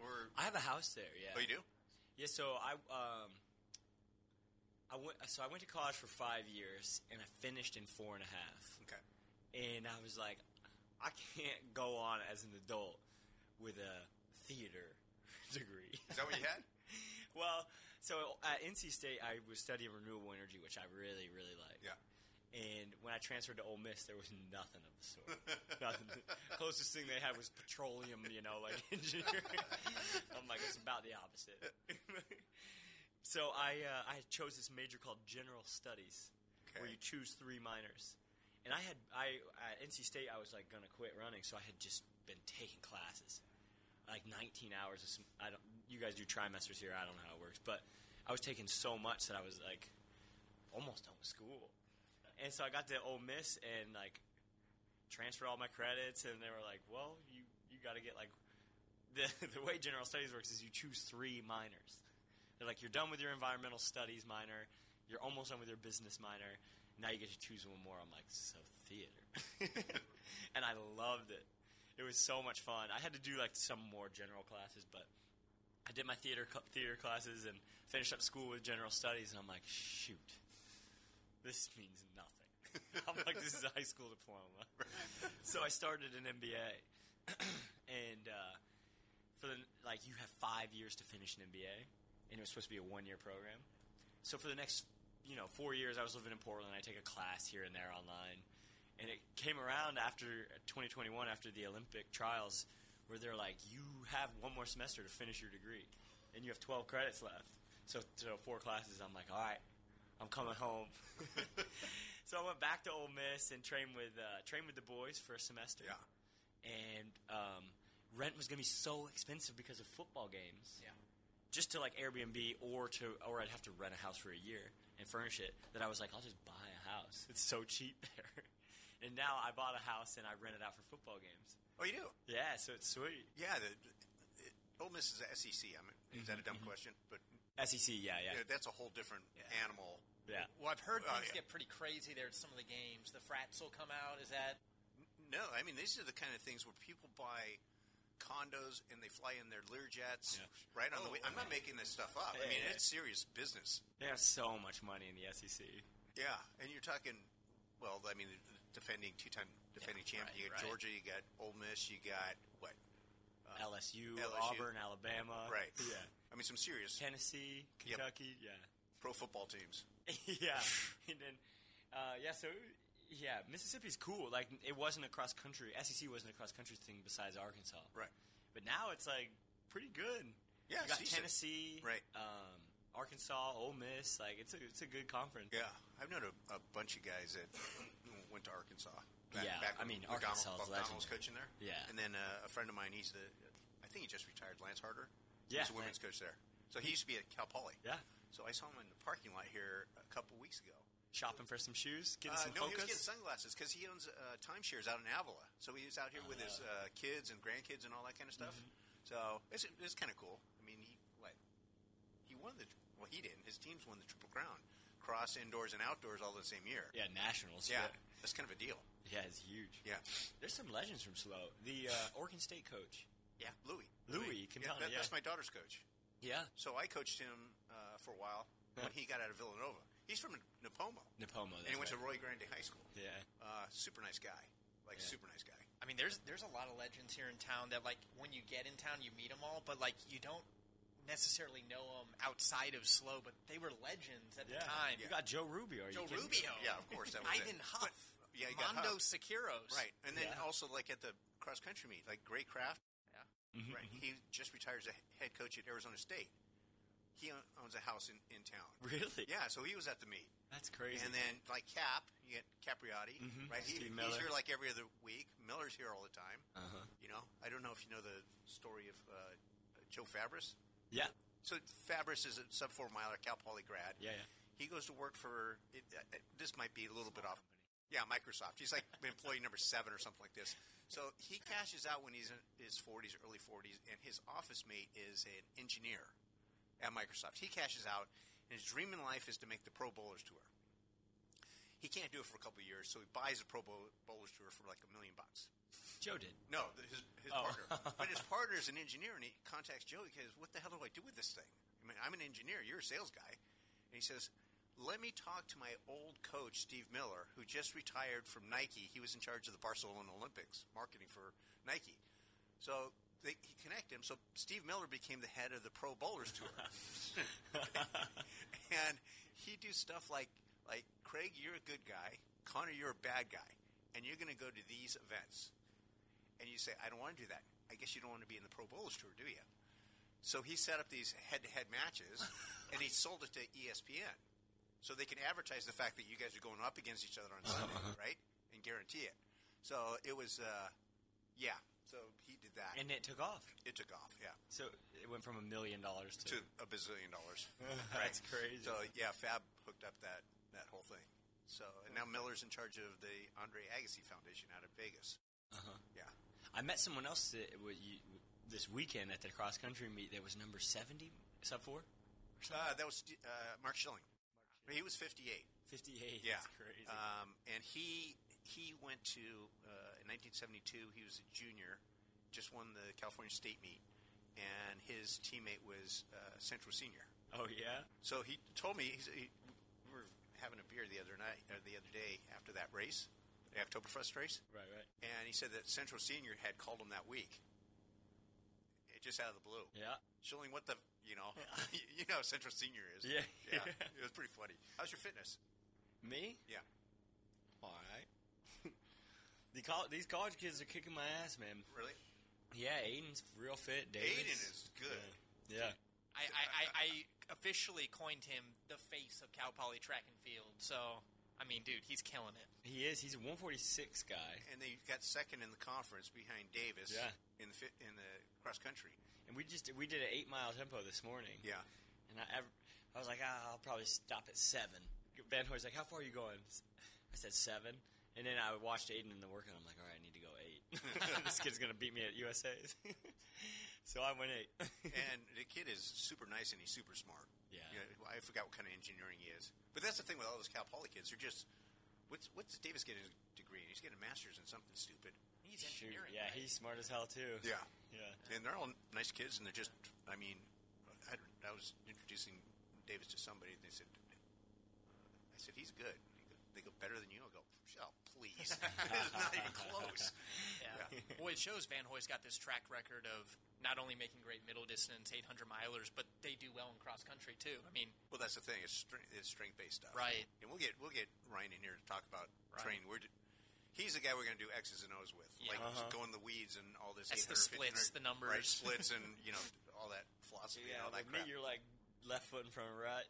A: Or
C: I have a house there. Yeah.
A: oh, you do?
C: Yeah, so I um, I went so I went to college for five years and I finished in four and a half,
A: Okay.
C: and I was like, I can't go on as an adult with a theater degree.
A: Is that what you had?
C: well, so at NC State, I was studying renewable energy, which I really really like.
A: Yeah.
C: And when I transferred to Ole Miss, there was nothing of the sort. nothing. Closest thing they had was petroleum, you know, like engineering. I'm like, it's about the opposite. so I uh, I chose this major called General Studies, where
A: Okay.
C: you choose three minors. And I had I at NC State, I was like gonna quit running, so I had just been taking classes, like 19 hours. Of, sem- I don't. You guys do trimesters here. I don't know how it works, but I was taking so much that I was like almost done with school. And so I got to Ole Miss and like transferred all my credits, and they were like, "Well, you you got to get like the the way general studies works is you choose three minors. They're like you're done with your environmental studies minor, you're almost done with your business minor, now you get to choose one more. I'm like, so theater, and I loved it. It was so much fun. I had to do like some more general classes, but I did my theater cl- theater classes and finished up school with general studies, and I'm like, shoot, this means nothing. I'm like, this is a high school diploma. so I started an MBA, and uh, for the like, you have five years to finish an MBA, and it was supposed to be a one year program. So for the next, you know, four years, I was living in Portland. I take a class here and there online, and it came around after 2021, after the Olympic trials, where they're like, you have one more semester to finish your degree, and you have 12 credits left. So, so four classes. I'm like, all right, I'm coming home. so I went back to Ole Miss and trained with uh, trained with the boys for a semester.
A: Yeah.
C: And um, rent was going to be so expensive because of football games
B: Yeah.
C: just to like Airbnb or to or I'd have to rent a house for a year and furnish it that I was like I'll just buy a house. It's so cheap there. and now I bought a house and I rent it out for football games.
A: Oh, you do?
C: Yeah, so it's sweet.
A: Yeah. The, it, Ole Miss is a SEC. I mean, is that a dumb question? But
C: SEC, E yeah, Mm-hmm, yeah.
A: yeah, that's a whole different animal. Oh,
C: Yeah.
A: Well, I've heard
B: Things get pretty crazy there at some of the games. The frats will come out. Is that
A: No, I mean these are the kind of things where people buy condos and they fly in their Learjets
C: Yeah.
A: right on the way. I'm not making this stuff up. I
C: Yeah,
A: mean
C: yeah.
A: it's serious business.
C: They have so much money in the E SEC.
A: Yeah, and you're talking. Well, I mean, defending two-time defending
C: Yeah,
A: champion. you
C: right,
A: got
C: right.
A: Georgia. You got Ole Miss. You got what?
C: Uh, LSU,
A: LSU.
C: Auburn, Alabama.
A: Right.
C: Yeah.
A: I mean, some serious
C: Tennessee,
A: Yep.
C: Kentucky, yeah.
A: pro football teams.
C: yeah, and then uh, yeah, so yeah, Mississippi's cool. Like it wasn't a cross country. SEC wasn't a cross country thing besides Arkansas,
A: Right.
C: But now it's like pretty good.
A: Yeah,
C: you got
A: it's decent.
C: Tennessee,
A: Right.
C: Um, Arkansas, Ole Miss. Like it's a it's a good conference.
A: Yeah, I've known a, a bunch of guys that went to Arkansas.
C: Yeah, I mean, Arkansas is
A: McDonald's
C: legendary.
A: coaching there.
C: Yeah.
A: and then uh, a friend of mine, he's the, I think he just retired, Lance Harder.
C: Yeah,
A: he's a women's coach there. So he used to be at Cal Poly.
C: Yeah,
A: So I saw him in the parking lot here a couple weeks ago.
C: shopping for some shoes, getting
A: Uh,
C: some
A: no, he was
C: Hokas.
A: getting sunglasses because he owns uh, timeshares out in Avila. So he was out here with
C: Ah.
A: his uh, kids and grandkids and all that kind
C: Mm-hmm.
A: of stuff. So it's, it's kind of cool. I mean, he what he won the well, he didn't. His teams won the triple crown, cross indoors and outdoors all the same year.
C: yeah, nationals.
A: Yeah, that's kind of a deal.
C: yeah, it's huge.
A: Yeah,
C: There's some legends from Slow. The uh, Oregon State coach.
A: yeah. Louis,
C: Louis
A: yeah,
C: Quintana,
A: that,
C: yeah.
A: that's my daughter's coach.
C: Yeah,
A: So I coached him uh, for a while when he got out of Villanova. He's from Napomo,
C: Napomo.
A: and he went to Roy Grande High School.
C: Yeah,
A: Uh, super nice guy, like
C: Yeah.
A: super nice guy.
B: I mean, there's there's a lot of legends here in town that like when you get in town you meet them all, but like you don't necessarily know them outside of Slow, but they were legends at
C: yeah.
B: the time.
C: You got Joe Rubio. Are
B: Joe
C: you kidding me?
B: Rubio,
A: Yeah, of course, that was it.
B: Ivan Huff,
A: But- yeah, you got
B: Mondo
A: Huff.
B: Siqueiros,
A: Right, and then
C: Yeah.
A: also like at the cross country meet, like Gray Craft.
B: Yeah.
C: Mm-hmm,
A: Right, he just retires as a head coach at Arizona State. He own- owns a house in, in town.
C: Really?
A: Yeah, so he was at the meet,
C: That's crazy. Mm-hmm.
A: and then like Cap, you get Capriotti, right? He,
C: Steve
A: he's
C: Miller.
A: here like every other week. Miller's here all the time.
C: Uh-huh.
A: You know, I don't know if you know the story of uh, Joe Fabris.
C: Yeah.
A: So Fabris is a sub four miler, Cal Poly grad.
C: Yeah, yeah.
A: He goes to work for. It, uh, uh, this might be a little bit off. Yeah, Microsoft. He's like employee number seven or something like this. So he cashes out when he's in his 40s, early 40s, and his office mate is an engineer at Microsoft. He cashes out, and his dream in life is to make the Pro Bowlers Tour. He can't do it for a couple of years, so he buys the Pro Bowl- Bowlers Tour for like a million bucks.
C: Joe did.
A: No, th- his, his
C: Oh.
A: partner. but his partner is an engineer, and he contacts Joe. He goes, "What the hell do I do with this thing? I mean, I'm an engineer. You're a sales guy." And he says, "Let me talk to my old coach, Steve Miller, who just retired from Nike. He was in charge of the Barcelona Olympics, marketing for Nike. So they, he connected him. So Steve Miller became the head of the Pro Bowlers Tour, and he do stuff like like Craig, you're a good guy. Connor, you're a bad guy, and you're going to go to these events." and you say, I don't want to do that. I guess you don't want to be in the Pro Bowlers tour, do you? So he set up these head-to-head matches, and he sold it to E ESPN, so they can advertise the fact that you guys are going up against each other on Sunday, right? And guarantee it. So it was, uh, yeah. So he did that.
C: And it took off.
A: it took off, yeah,
C: So it went from a million dollars
A: to
C: to.
A: a bazillion dollars.
C: That's crazy.
A: So yeah, Fab hooked up that that whole thing. So and now Miller's in charge of the Andre Agassi Foundation out of Vegas. Yeah.
C: Uh-huh. I met someone else that wa- you- this weekend at the cross country meet that was number 70, sub 4?
A: Uh, that was uh, Mark Schilling. But He was 58.
C: 58.
A: Yeah,
C: That's crazy.
A: Um, and he he went to uh, in 1972. He was a junior, just won the California State meet, and his teammate was uh, Central Senior.
C: oh, yeah?
A: So he told me he's, he, we were having a beer the other night or the other day after that race, the Oktoberfest race,
C: Right, right.
A: and he said that Central Senior had called him that week, It just out of the blue.
C: Yeah.
A: Schilling, what the, you know, you know, how Central Senior is.
C: Yeah.
A: yeah, it was pretty funny. How's your fitness?
C: Me?
A: Yeah.
C: All right. the col- these college kids are kicking my ass, man.
A: Really?
C: Yeah, Aiden's real fit. Davis.
A: Aiden is good.
C: Yeah. Yeah.
B: I, I, I, I officially coined him the face of Cal Poly track and field. So, I mean, dude, he's killing it.
C: He is. He's a 146 guy.
A: And they got second in the conference behind Davis
C: Yeah.
A: in the fit, in the cross country.
C: And we just we did an eight mile tempo this morning.
A: Yeah.
C: And I ev- I was like, ah, I'll probably stop at seven. Van Hoy's like, how far are you going? I said seven. And then I watched Aiden in the workout. I'm like, all right, I need to go eight. this kid's gonna beat me at USA's. so I went eight.
A: and the kid is super nice and he's super smart.
C: Yeah.
A: You know, I forgot what kind of engineering he is. But that's the thing with all those Cal Poly kids. They're just what's what's Davis getting his degree in? He's getting a master's in something stupid.
B: He's
C: Shoot,
B: engineering.
C: yeah,
B: right?
C: he's smart as hell too.
A: Yeah.
C: yeah.
A: And they're all nice kids, and they're just, I mean, I, I was introducing Davis to somebody, and they said, I said, he's good. They go, they go better than you. I go, oh, please. it's not even close.
B: Yeah. well, it shows Van Hoy's got this track record of not only making great middle distance 800 milers, but they do well in cross country too. I mean,
A: Well, that's the thing. It's, strength it's strength based stuff.
B: Right.
A: And we'll get we'll get Ryan in here to talk about
B: Ryan.
A: train. We're, d- he's the guy we're going to do X's and O's with,
B: Yeah.
A: like
C: Uh-huh.
A: going the weeds and all this.
B: That's the
A: 800,
B: splits,
A: 1500,
B: the numbers.
A: right? Splits and you know all that philosophy
C: Yeah,
A: and all that
C: with me,
A: crap.
C: you're like left foot in front of right.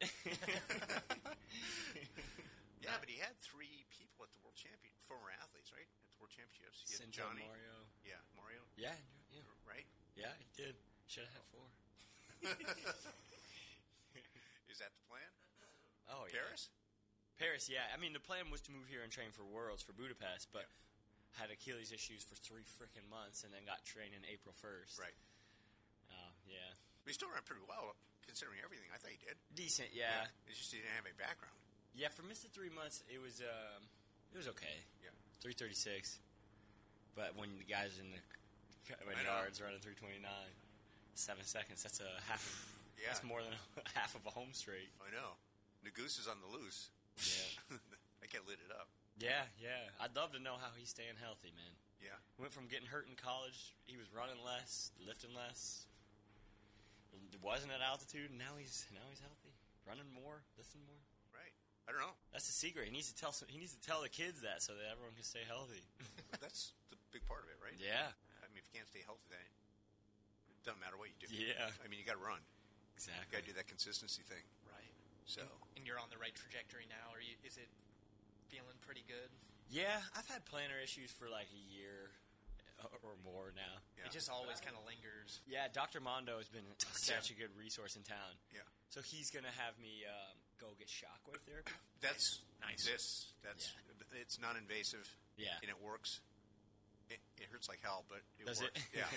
A: Yeah, but he had three people at the world champion, former athletes, right? At the world championships, he had
C: Sinjo
A: Johnny,
C: Mario.
A: yeah, Mario,
C: Yeah, yeah,
A: right?
C: yeah. He did. Should have had four.
A: Is that the plan?
C: Oh yeah.
A: Paris?
C: Paris, yeah. I mean, the plan was to move here and train for Worlds for Budapest, but had Achilles issues for three freaking months, and then got trained in April first.
A: Right.
C: Oh yeah.
A: But he still ran pretty well considering everything. I thought he did.
C: Decent, yeah.
A: It's just he didn't have any background.
C: Yeah, for missing three months, it was um, it was okay.
A: Yeah.
C: Three thirty six. But when the guys in the c- when
A: I know.
C: yards running three twenty nine, seven seconds. That's a half. Of,
A: Yeah.
C: That's more than half of a home straight.
A: I know. The goose is on the loose.
C: Yeah.
A: I get lit it up.
C: yeah, yeah. I'd love to know how he's staying healthy, man.
A: Yeah.
C: Went from getting hurt in college, he was running less, lifting less, wasn't at altitude. and Now he's now he's healthy, running more, lifting more.
A: Right. I don't know.
C: That's the secret. He needs to tell some, he needs to tell the kids that so that everyone can stay healthy.
A: That's the big part of it, right?
C: yeah,
A: I mean, if you can't stay healthy, then it doesn't matter what you do.
C: Yeah.
A: I mean, you got to run. You
C: exactly.
A: got to do that consistency thing.
B: right.
A: So,
B: And you're on the right trajectory now. Are you? Is it feeling pretty good?
C: Yeah, I've had plantar issues for like a year or more now.
A: yeah.
B: It just always kind of lingers.
C: Yeah, Dr. Mondo has been such a good resource in town.
A: Yeah.
C: So he's going to have me um, go get shockwave therapy.
A: That's
C: Nice.
A: This that's it's non-invasive
C: Yeah.
A: and it works. It, it hurts like hell, but it
C: Does
A: works.
C: it?
A: Yeah,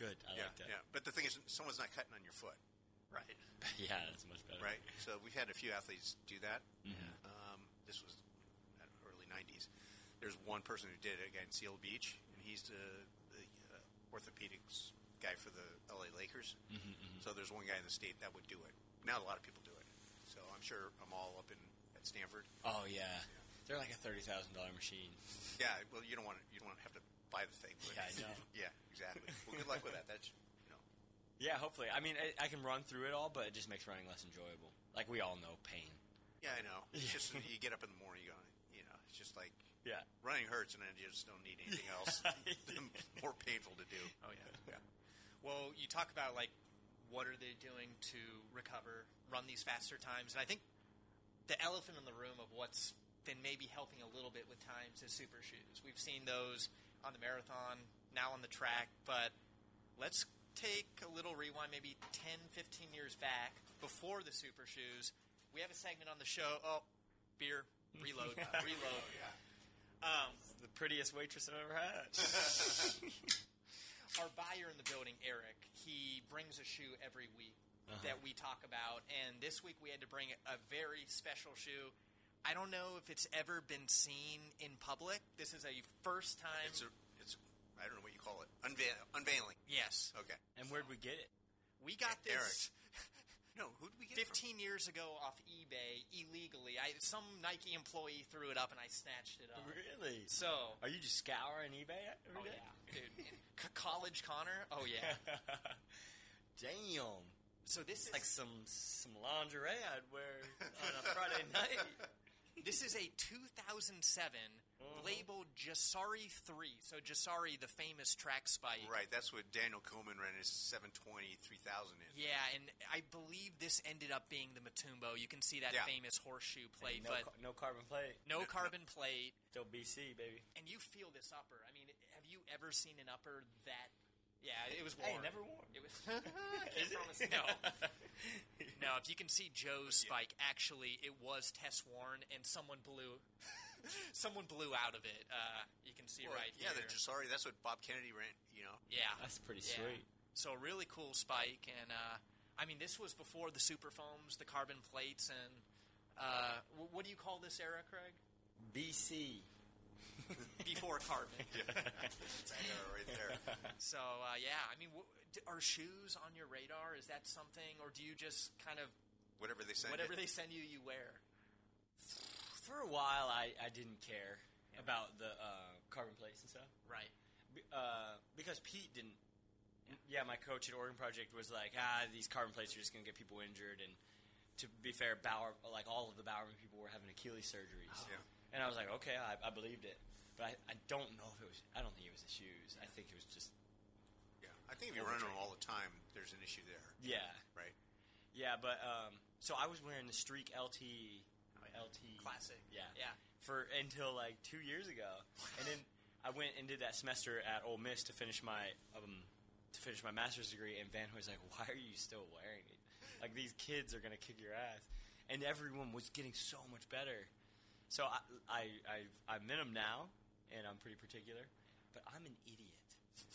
C: Good. I
A: yeah,
C: like that.
A: yeah. But the thing is, someone's not cutting on your foot, right?
C: Yeah. that's much better.
A: Right. So we've had a few athletes do that.
C: Mm-hmm,
A: Um, this was I don't know, early '90s. There's one person who did it again, Seal Beach, and he's the, the uh, orthopedics guy for the LA Lakers.
C: mm-hmm,
A: So there's one guy in the state that would do it. Now a lot of people do it. So I'm sure I'm all up in at Stanford.
C: Oh yeah. They're like a thirty thousand dollar machine.
A: Yeah, well, you don't want to, you don't want to have to buy the thing. but-
C: Yeah, I know.
A: yeah, exactly. Well, good luck with that. That's you know,
C: Yeah, hopefully. I mean, I, I can run through it all, but it just makes running less enjoyable. Like we all know pain.
A: yeah, I know. It's just you get up in the morning, you go, you know, it's just like
C: Yeah.
A: running hurts, and then you just don't need anything else more painful to do.
B: Oh yeah. Well, you talk about like what are they doing to recover, run these faster times, and I think the elephant in the room of what's been maybe helping a little bit with times is super shoes. We've seen those on the marathon, now on the track, but let's take a little rewind maybe 10, 15 years back before the super shoes. We have a segment on the show. Oh, beer, reload, reload. Um,
C: The prettiest waitress I've ever had.
B: our buyer in the building, Eric, he brings a shoe every week
C: Uh-huh.
B: that we talk about, and this week we had to bring a very special shoe. I don't know if it's ever been seen in public. This is a first time.
A: It's a, it's I don't know what you call it. Unveil, unveiling.
B: yes,
A: Okay.
C: and where'd we get it?
B: we got
A: Eric.
B: this
A: No, who did we get? it from?
B: 15 years ago off eBay illegally. I, some Nike employee threw it up, and I snatched it up.
C: Really?
B: So,
C: Are you just scouring eBay every
B: oh
C: day?
B: yeah, dude, C- college Connor. Oh yeah.
C: Damn.
B: So this is
C: It's like some some lingerie I'd wear on a Friday night.
B: This is a 2007
C: Uh-huh. Mm-hmm.
B: labeled Jasari 3. So Jasari, the famous track spike.
A: Right, that's what Daniel Coleman ran his 720 3000 in.
B: Yeah, and I believe this ended up being the Matumbo. You can see that
A: Yeah.
B: famous horseshoe plate,
C: no,
B: but
C: ca- no carbon plate.
B: no carbon plate.
C: Still BC, baby.
B: And you feel this upper. I mean, have you ever seen an upper that? Yeah, it was
C: Hey,
B: warm.
C: never worn.
B: It was. I can't promise. No, no. If you can see Joe's spike, actually, it was Tess Warren, and someone blew, someone blew out of it. Uh, you can see
A: Well,
B: right
A: yeah, the
B: here.
A: Jasari. That's what Bob Kennedy ran. You know,
B: Yeah,
C: That's pretty
B: Yeah.
C: sweet.
B: So a really cool spike, and uh, I mean, this was before the super foams, the carbon plates, and uh, wh- what do you call this era, Craig?
C: BC.
B: Before carbon.
A: it's that era right there.
B: So uh, yeah, I mean, wh- d- are shoes on your radar? Is that something, or do you just kind of
A: Whatever they send. it.
B: whatever they send you, you wear?
C: For a while, I, I didn't care about the uh, carbon plates and stuff.
B: Right.
C: Be- uh, because Pete didn't. Yeah, my coach at Oregon Project was like, ah, these carbon plates are just going to get people injured. And to be fair, Bauer, like all of the Bowerman people were having Achilles surgeries.
A: Yeah.
C: And I was like, okay, I, I believed it. But I, I don't know if it was. I don't think it was the shoes. I think it was just.
A: Yeah, I think if you run them all the time, there's an issue there,
C: Yeah.
A: right?
C: Yeah, but. um So I was wearing the Streak LT. LT.
B: Classic.
C: Yeah.
B: Yeah.
C: For until like two years ago, and then I went and did that semester at Ole Miss to finish my um, to finish my master's degree. And Van Hoy's like, "Why are you still wearing it? Like these kids are gonna kick your ass." And everyone was getting so much better. So I I I, I met him now, and I'm pretty particular, but I'm an idiot.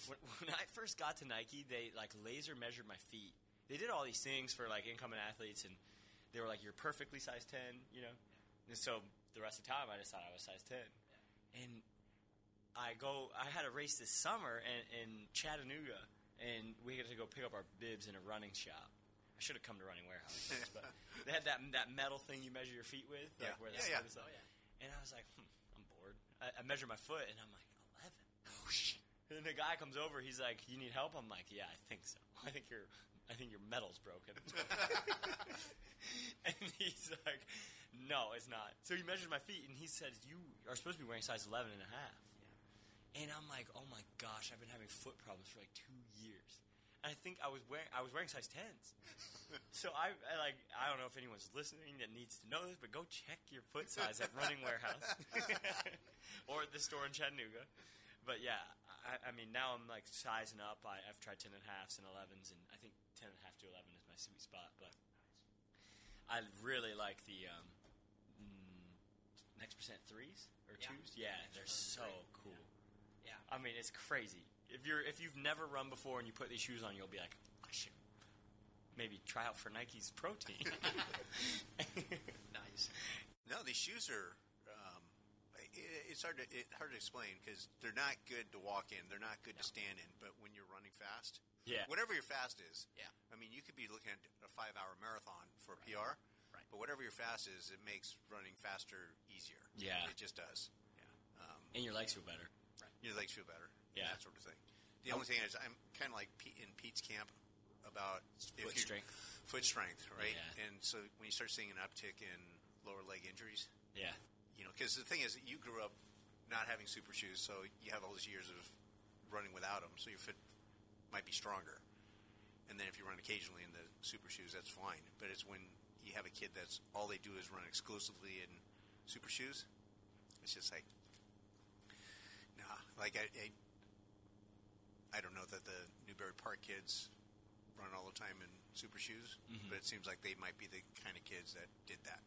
C: When, when I first got to Nike, they like laser measured my feet. They did all these things for like incoming athletes, and they were like, "You're perfectly size ten, you know." And so the rest of the time, I just thought I was size ten. And I go, I had a race this summer in, in Chattanooga, and we had to go pick up our bibs in a running shop. I should have come to Running Warehouse, first, but they had that that metal thing you measure your feet with, like
A: Yeah.
C: where
A: Yeah,
C: that's
A: yeah.
C: what it's like. And I was like, hmm, I'm bored. I, I measure my foot, and I'm like, eleven. Oh, And then the guy comes over. He's like, "You need help?" I'm like, "Yeah, I think so. I think your, I think your metal's broken." and he's like, "No, it's not." So he measured my feet, and he said, "You are supposed to be wearing size 11 and a half." And I'm like, "Oh my gosh, I've been having foot problems for like two years." And I think I was wearing I was wearing size 10s. So I, I like I don't know if anyone's listening that needs to know this, but go check your foot size at Running Warehouse or at the store in Chattanooga. But yeah, I, I mean now I'm like sizing up. I, I've tried ten and a halves and elevens, and I think ten and a half to eleven is my sweet spot. But I really like the um, mm, next percent threes or
B: Yeah.
C: twos. Yeah, they're so
B: Percent
C: cool.
B: Yeah.
C: I mean, it's crazy. If you're if you've never run before and you put these shoes on, you'll be like, I should maybe try out for Nike's pro team.
B: Nice.
A: No, these shoes are. Um, i it's hard to it, hard to explain because they're not good to walk in. They're not good to stand in. But when you're running fast,
C: Yeah.
A: whatever your fast is,
B: Yeah.
A: I mean, you could be looking at a five hour marathon for a PR,
C: Right.
A: But whatever your fast is, it makes running faster easier.
C: Yeah.
A: it just does. Um,
C: and your legs feel better.
A: your legs feel better.
C: Yeah.
A: that sort of thing. The only thing is, I'm kind of like Pete, in Pete's camp about if
C: Foot
A: you-
C: strength.
A: foot strength, right?
C: Yeah.
A: And so when you start seeing an uptick in lower leg injuries,
C: Yeah.
A: you know, because the thing is, you grew up not having super shoes, so you have all those years of running without them, so your foot might be stronger. And then if you run occasionally in the super shoes, that's fine. But it's when you have a kid that's all they do is run exclusively in super shoes. It's just like, nah, like I, I, I don't know that the Newberry Park kids run all the time in super shoes, but it seems like they might be the kind of kids that did that.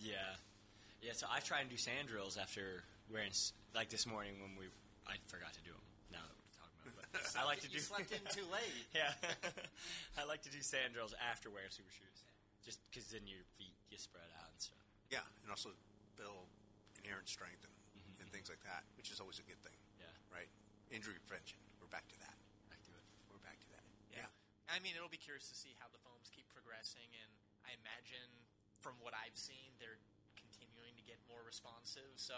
C: Yeah, yeah. So I try and do sand drills after wearing s- like this morning when we I forgot to do them. Now that we're talking about, it, but I like to do.
B: you slept in too late.
C: yeah, I like to do sand drills after wearing super shoes, just because then your feet get spread out and stuff.
A: Yeah, and also build inherent strength and,
B: Mm-hmm.
A: and things like that, which is always a good thing,
C: Yeah,
A: right? Injury prevention. We're back to that.
C: I do it.
A: We're back to that.
C: Yeah.
B: I mean, it'll be curious to see how the foams keep progressing, and I imagine from what I've seen, they're continuing to get more responsive. So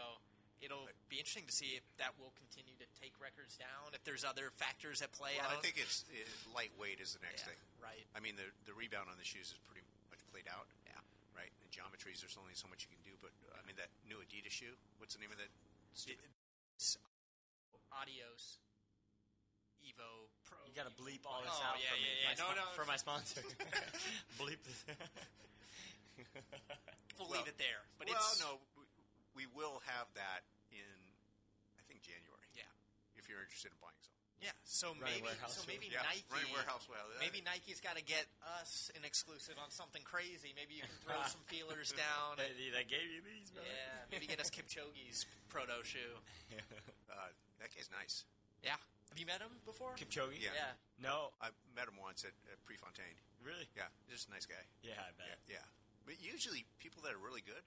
B: it'll be interesting to see if that will continue to take records down. If there's other factors at play,
A: Well, I
B: don't-
A: think it's it, lightweight is the next
B: yeah,
A: thing.
B: right.
A: I mean, the the rebound on the shoes is pretty much played out,
B: Yeah,
A: right? The geometries, there's only so much you can do. But uh, I mean, that new Adidas shoe. What's the name of that? Stupid.
B: Adios, Evo Pro.
C: You gotta bleep all this
B: Oh,
C: out
B: yeah,
C: for me.
B: yeah, yeah.
C: My
B: No,
C: spon-
B: no.
C: for my sponsor. bleep this.
B: We'll
A: Well-
B: leave it there. But
A: well,
B: it's
A: no, we, we will have that in I think January.
B: Yeah,
A: If you're interested in buying some.
B: yeah. So
C: Running
B: maybe,
C: warehouse
B: so
C: sale.
B: maybe
A: Yeah,
B: Nike.
A: running warehouse. Well, that-
B: Maybe Nike's got to get us an exclusive on something crazy. Maybe you can throw some feelers down.
C: They, they gave you these, brother.
B: Yeah, maybe get us Kipchoge's proto shoe.
A: uh, that guy's nice.
B: Yeah. Have you met him before?
C: Kipchoge.
A: Yeah.
B: Yeah.
C: No,
A: I met him once at, at Prefontaine.
C: really.
A: Yeah, just a nice guy.
C: Yeah, I bet.
A: Yeah, yeah. But usually people that are really good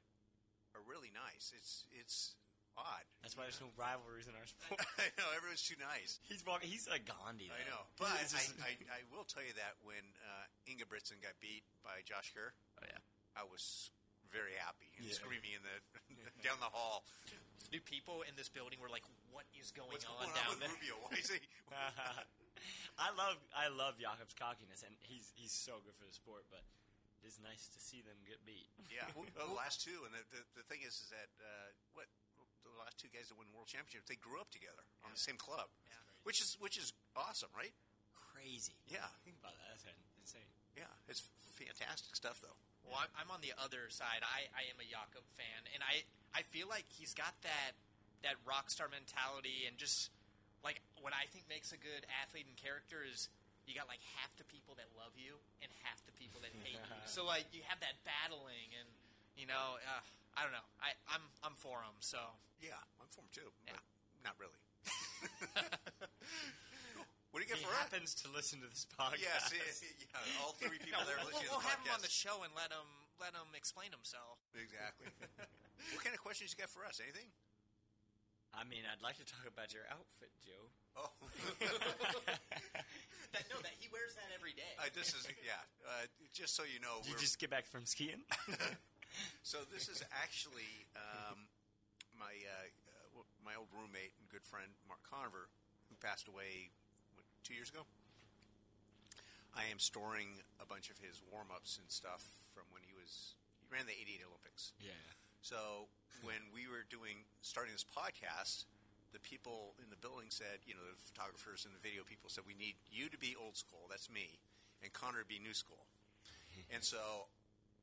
A: are really nice. It's it's odd.
C: That's why there's no rivalries in our sport.
A: I know everyone's too nice.
C: He's walking. He's like Gandhi. Though.
A: I know, but I,
C: He's just-
A: I, I will tell you that when uh, Ingebrigtsen got beat by Josh Kerr,
B: Oh, yeah.
A: I was very happy and
C: Yeah.
A: screaming in the down the hall.
B: Do people in this building were like, what is going
A: What's
B: on
A: going
B: down
A: on with
B: there?
A: Rubio? Why is he?
C: I love I love Jakob's cockiness, and he's he's so good for the sport. But it is nice to see them get beat.
A: Yeah, well, the last two, and the, the, the thing is, is that uh, what the last two guys that won world championships, they grew up together on the same club,
B: Yeah.
A: which is which is awesome, right?
C: Crazy.
A: Yeah,
C: Think about that. That's insane.
A: yeah, it's fantastic stuff, though.
B: Well, I'm- I'm on the other side. I, I am a Jakob fan, and I, I feel like he's got that that rock star mentality, and just like what I think makes a good athlete and character is you got like half the people that love you and half the people that hate you. So like you have that battling, and you know, uh, I don't know. I I'm I'm for him. So
A: Yeah, I'm for him too.
B: Yeah.
A: but not really. Cool. What do you get
C: he
A: for us?
C: happens to listen to this podcast.
A: Yes, yeah, all three people
B: No,
A: there
B: we'll,
A: listening
B: we'll
A: to the
B: have him on
A: podcast.
B: the show and let him let him explain himself.
A: exactly. what kind of questions you got for us? Anything?
C: I mean, I'd like to talk about your outfit, Joe.
A: Oh,
B: That no, that he wears that every day.
A: uh, this is yeah. Uh, just so you know,
C: Did you
A: we're-
C: just get back from skiing?
A: So this is actually um, my uh, uh, w- my old roommate and good friend Mark Conover, who passed away what, two years ago. I am storing a bunch of his warm ups and stuff from when he was he ran the '88 Olympics.
C: yeah.
A: So when we were doing starting this podcast, the people in the building said, you know, the photographers and the video people said, we need you to be old school. That's me, and Connor to be new school. and so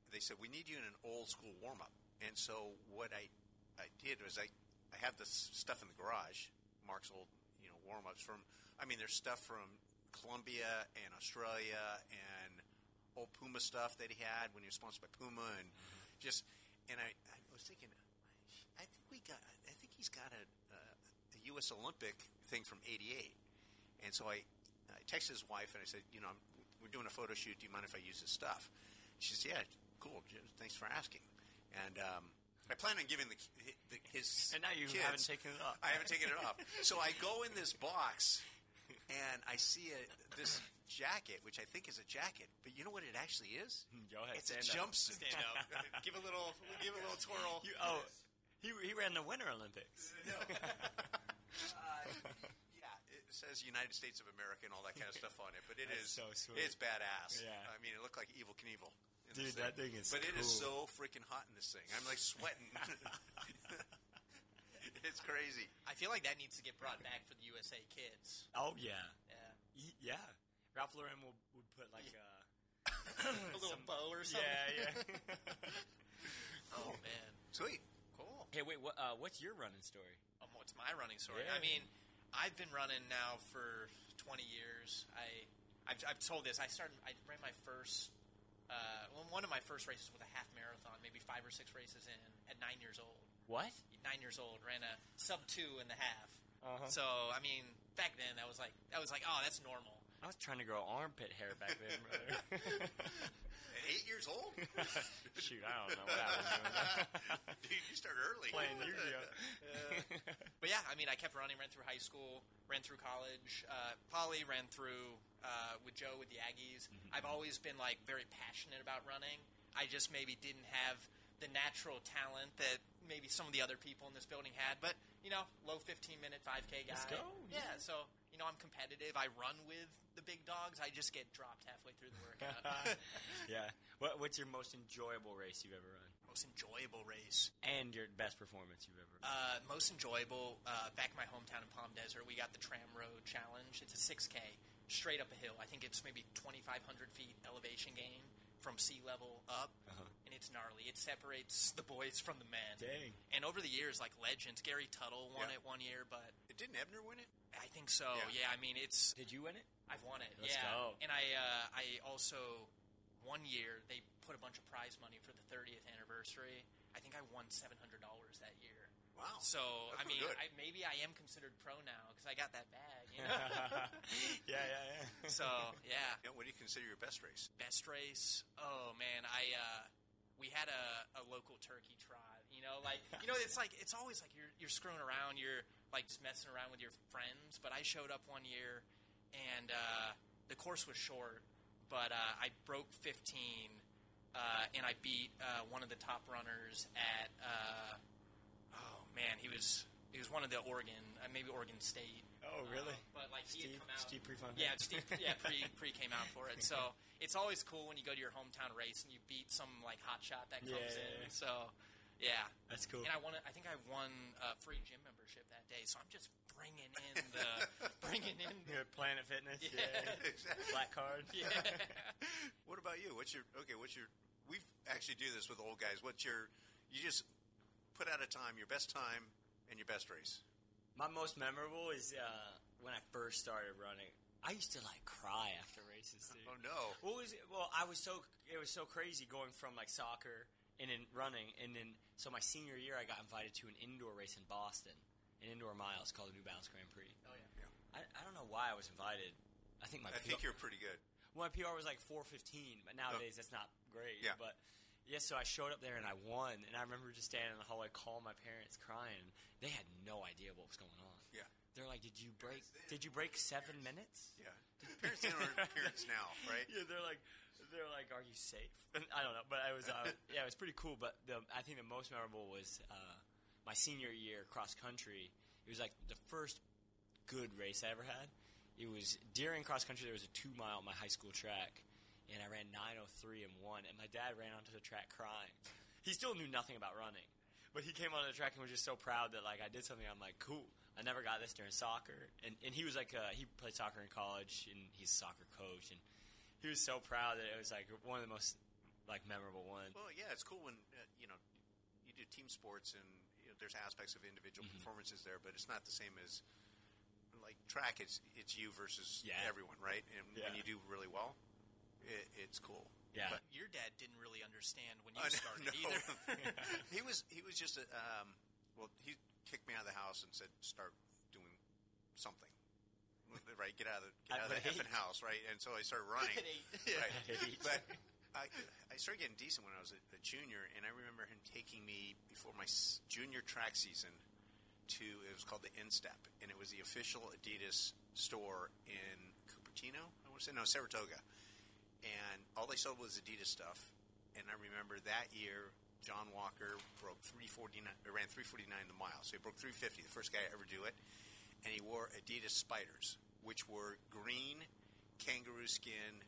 A: they said, we need you in an old school warm up. And so what I I did was I I have this stuff in the garage, Mark's old you know warm ups from. I mean, there's stuff from Colombia and Australia and old Puma stuff that he had when he was sponsored by Puma, and just and I, I was thinking, I think we got, I think he's got a, uh, a U.S. Olympic thing from '88, and so I, I texted his wife and I said, you know, I'm, we're doing a photo shoot. Do you mind if I use this stuff? She says, yeah, cool. J- Thanks for asking. And um, I plan on giving the, ki- the his
C: And now you
A: kids-
C: haven't taken it up.
A: I haven't taken it off. So I go in this box and I see a, this jacket, which I think is a jacket, but you know what it actually is?
C: Mm, Go ahead.
A: It's a
C: stand up.
A: jumpsuit.
B: Stand up. give a little. Give a little twirl.
C: You, oh, he, he ran the Winter Olympics.
A: Uh, Yeah, it says United States of America and all that kind of stuff on it, but it
C: That's
A: is
C: so sweet.
A: it's badass.
C: Yeah.
A: I mean, it looked like Evil Knievel. in this
C: Dude, that thing is
A: But it is
C: cool.
A: so freaking hot in this thing. I'm like sweating. it's crazy.
B: I feel like that needs to get brought back for the USA kids.
C: Oh yeah,
B: Yeah.
C: Y- yeah. Ralph Lauren will would put like
B: A little bow
C: uh,
B: or something.
C: yeah.
B: Oh man.
A: Sweet.
B: Cool.
C: hey, wait, what, uh, what's your running story?
B: Um, what's my running story?
C: Yeah.
B: I mean, I've been running now for 20 years. I, I've, I've told this. I started. I ran my first. Uh, well, one of my first races was a half marathon, maybe five or six races in at nine years old.
C: What?
B: Nine years old, ran a sub two and a half.
C: Uh-huh.
B: So I mean, back then that was like that was like oh that's normal.
C: I was trying to grow armpit hair back then, brother.
A: At eight years old?
C: Shoot, I don't know what I was doing.
A: Dude, you start early.
C: Playing Yu-Gi-Oh.
B: But yeah, I mean, I kept running, ran through high school, ran through college. Uh, Polly ran through uh, with Joe with the Aggies.
C: Mm-hmm.
B: I've always been like very passionate about running. I just maybe didn't have the natural talent that maybe some of the other people in this building had. But you know, low fifteen minute five k guy.
C: Let's go.
B: Yeah, so you know, I'm competitive. I run with the big dogs. I just get dropped halfway through the workout.
C: yeah. What, what's your most enjoyable race you've ever run,
B: Most enjoyable race.
C: and your best performance you've ever? Run?
B: Uh, most enjoyable uh, back in my hometown in Palm Desert, we got the Tram Road Challenge. It's a 6K straight up a hill. I think it's maybe 2,500 feet elevation gain from sea level up, and it's gnarly. It separates the boys from the men.
C: Dang.
B: And over the years, like legends, Gary Tuttle won
A: Yeah.
B: it one year, but
A: Didn't Ebner win it?
B: I think so.
A: Yeah.
B: Yeah, I mean, it's
C: Did you win it?
B: I've won it.
C: Let's
B: yeah.
C: go.
B: And I uh, I also one year they put a bunch of prize money for the 30th anniversary. I think I won $700 that year.
A: Wow.
B: So
A: That's
B: I
A: pretty
B: mean,
A: good.
B: I, maybe I am considered pro now because I got that bag. You know?
C: yeah, yeah, yeah.
B: so yeah,
A: Yeah, what do you consider your best race?
B: best race. Oh man, I uh, we had a, a local turkey trot. You know, like you know, it's like it's always like you're you're screwing around, you're like just messing around with your friends. But I showed up one year, and uh, the course was short, but uh, I broke fifteen, uh, and I beat uh, one of the top runners at. Uh, oh man, he was he was one of the Oregon, uh, maybe Oregon State.
C: Oh, really?
B: Uh, but like he
C: Steve-
B: had come out.
C: Steve Prefund?
B: Yeah, Steve. Yeah, pre pre came out for it. So it's always cool when you go to your hometown race and you beat some like hot shot that comes
C: Yeah, yeah,
B: in.
C: yeah.
B: So yeah.
C: That's cool.
B: And I won. a- I think I won a free gym membership that day. So I'm just bringing in the bringing in. The,
C: You're at Planet Fitness. Yeah. Black card.
B: yeah.
A: What about you? What's your okay? What's your? We actually do this with old guys. What's your? You just put out a time, your best time, and your best race.
C: My most memorable is uh, when I first started running. I used to like cry after races, dude.
A: Oh no!
C: What was it? Well, I was so it was so crazy going from like soccer and then running, and then so my senior year I got invited to an indoor race in Boston, an indoor miles called the New Balance Grand Prix.
B: Oh yeah.
C: I, I don't know why I was invited. I think my
A: I think
C: PR
A: you're pretty good.
C: well, my PR was like 415, but nowadays that's not great.
A: Oh. Yeah.
C: But yeah, so I showed up there and I won, and I remember just standing in the hallway, calling my parents, crying. They had no idea what was going on.
A: Yeah,
C: They're like, "Did you break? Did you break seven minutes?"
A: yeah. Parents don't are parents now, right?
C: Yeah, they're like, they're like, "Are you safe?" I don't know, but I was, uh, yeah, it was pretty cool. But the, I think the most memorable was uh, my senior year cross country. It was like the first good race I ever had. It was during cross country. There was a two mile at my high school track, and I ran nine oh three and one. And my dad ran onto the track crying. He still knew nothing about running, but he came onto the track and was just so proud that like I did something. I'm like, cool. I never got this during soccer, and and he was like, uh, he played soccer in college, and he's a soccer coach, and he was so proud that it was like one of the most like memorable ones.
A: Well, yeah, it's cool when uh, you know you do team sports and you know, there's aspects of individual
C: Mm-hmm.
A: performances there, but it's not the same as like track. It's it's you versus
C: Yeah.
A: everyone, right? And
C: Yeah.
A: when you do really well, it, it's cool.
C: Yeah.
B: But your dad didn't really understand when you
A: I know-
B: started
A: no.
B: either.
A: he was he was just a, um, well he kicked me out of the house and said start doing something right get out of the get
C: At
A: out of the
C: what age?
A: effing house right and so I started running
B: At eight. Yeah.
A: right
C: Eight.
A: but I I started getting decent when I was a, a junior and I remember him taking me before my s- junior track season to it was called the Instep and it was the official Adidas store in Cupertino I want to say no Saratoga and all they sold was Adidas stuff. And I remember that year, John Walker broke 349, or ran 349 the mile. So he broke 350, the first guy to ever do it. And he wore Adidas spiders, which were green kangaroo skin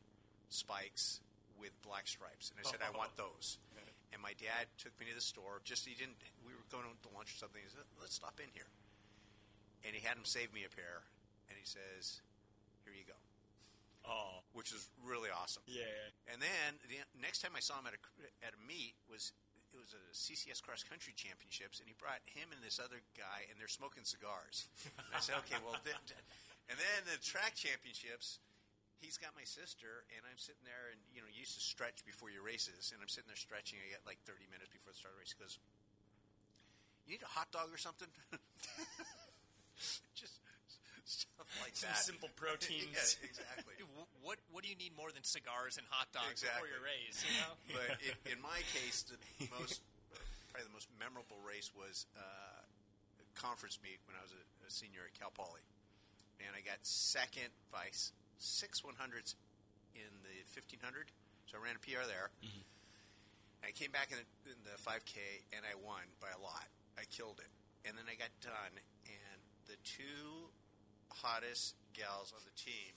A: spikes with black stripes. And I said, I want those. And my dad took me to the store. Just he didn't. We were going to lunch or something. He said, "Let's stop in here." And he had him save me a pair. And he says, "Here you go,"
C: Oh.
A: which was really awesome.
C: Yeah.
A: And then the next time I saw him at a at a meet was it was a CCS cross country championships, and he brought him and this other guy, and they're smoking cigars. And I said, okay, well, th- th- and then the track championships. He's got my sister, and I'm sitting there, and you know, you used to stretch before your races, and I'm sitting there stretching. I got like 30 minutes before the start of the race. He goes, "You need a hot dog or something?" Just stuff like
C: Some
A: that.
C: simple proteins.
A: yeah, exactly.
B: Wh- What What do you need more than cigars and hot dogs
A: Exactly.
B: before your race? You know.
A: but in, in my case, the most probably the most memorable race was uh, a conference meet when I was a, a senior at Cal Poly, and I got second by s- six one hundredths in the fifteen hundred. So I ran a PR there.
C: Mm-hmm.
A: I came back in the, in the 5K and I won by a lot. I killed it. And then I got done, and the two hottest gals on the team,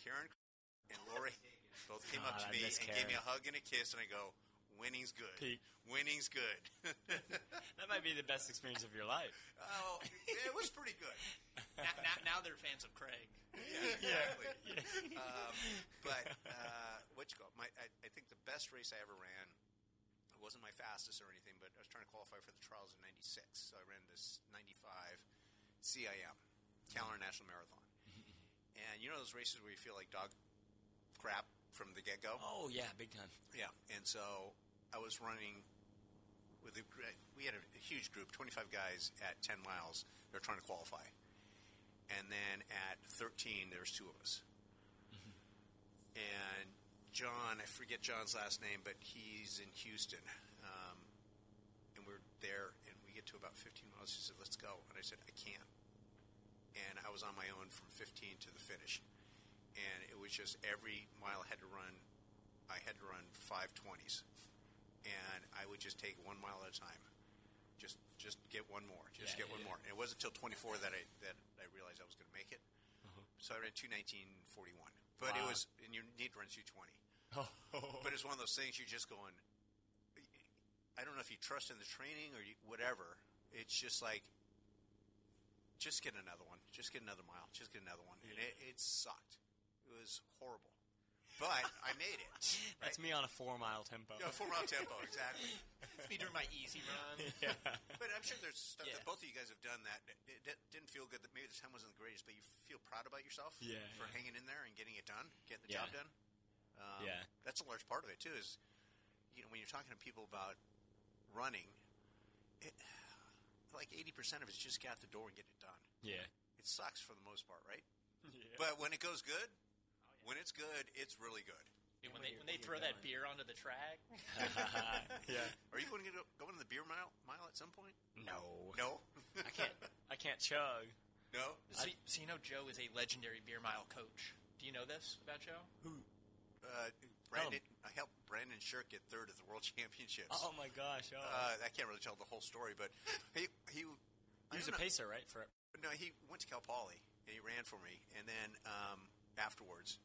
A: Karen and Lori, both came up to
C: God, I
A: me and
C: miss
A: gave me
C: Karen.
A: a hug and a kiss, and I go, "Winning's good.
C: Pete.
A: Winning's good."
C: That might be the best experience of your life.
A: oh, it was pretty good.
B: now, now, now they're fans of Craig.
A: Yeah, exactly. um, but uh, what you call it? my? I, I think the best race I ever ran. It wasn't my fastest or anything, but I was trying to qualify for the trials in '96, so I ran this '95 CIM, Calendar National Marathon. and you know those races where you feel like dog crap from the get go.
C: Oh yeah, big time.
A: Yeah, and so I was running with a gr- we had a, a huge group, 25 guys at 10 miles. They were trying to qualify, and then at 13, there's two of us, and John, I forget John's last name, but he's in Houston, um, and we're there, and we get to about 15 miles. He said, "Let's go," and I said, "I can't," and I was on my own from 15 to the finish, and it was just every mile I had to run I had to run five twenties, and I would just take one mile at a time, just just get one more, just
C: Yeah,
A: get
C: yeah,
A: one
C: yeah.
A: more. And it wasn't until twenty four that I that I realized I was going to make it. So I ran two nineteen forty one, but it
C: Wow.
A: was and you need to run two twenty.
C: Oh.
A: But it's one of those things you're just going. I don't know if you trust in the training or you, whatever. It's just like, just get another one, just get another mile, just get another one, and it, it sucked. It was horrible, but I made it.
C: That's me on a four mile tempo.
A: Yeah, four mile tempo, exactly.
B: It's me during my easy run.
C: yeah.
A: But I'm sure there's stuff
C: Yeah.
A: that both of you guys have done that it, it didn't feel good. That maybe the time wasn't the greatest, but you feel proud about yourself
C: Yeah,
A: for
C: yeah.
A: hanging in there and getting it done, getting the
C: Yeah.
A: job done. Um,
C: Yeah.
A: that's a large part of it too. Is you know when you're talking to people about running, it, like eighty percent of it's just get out the door and get it done.
C: Yeah.
A: It sucks for the most part, right?
C: Yeah.
A: But when it goes
C: Oh,
A: good, when it's good, it's really good.
B: Dude,
C: What
B: when they
C: are
B: when
C: you- what are
B: they
C: you
B: throw that
C: doing?
B: beer onto the track,
C: yeah.
A: Are you going to go, go into the beer mile mile at some point?
C: No.
A: No,
C: I can't. I can't chug.
A: no.
B: so, so you know Joe is a legendary beer mile coach. Do you know this about Joe?
A: Uh, Brandon, I helped Brandon Shirk get third at the World Championships.
C: Oh my gosh. Oh.
A: Uh, I can't really tell the whole story, but he he I
C: he was a
A: don't know.
C: pacer, right? For
A: No, he went to Cal Poly and he ran for me, and then um, afterwards.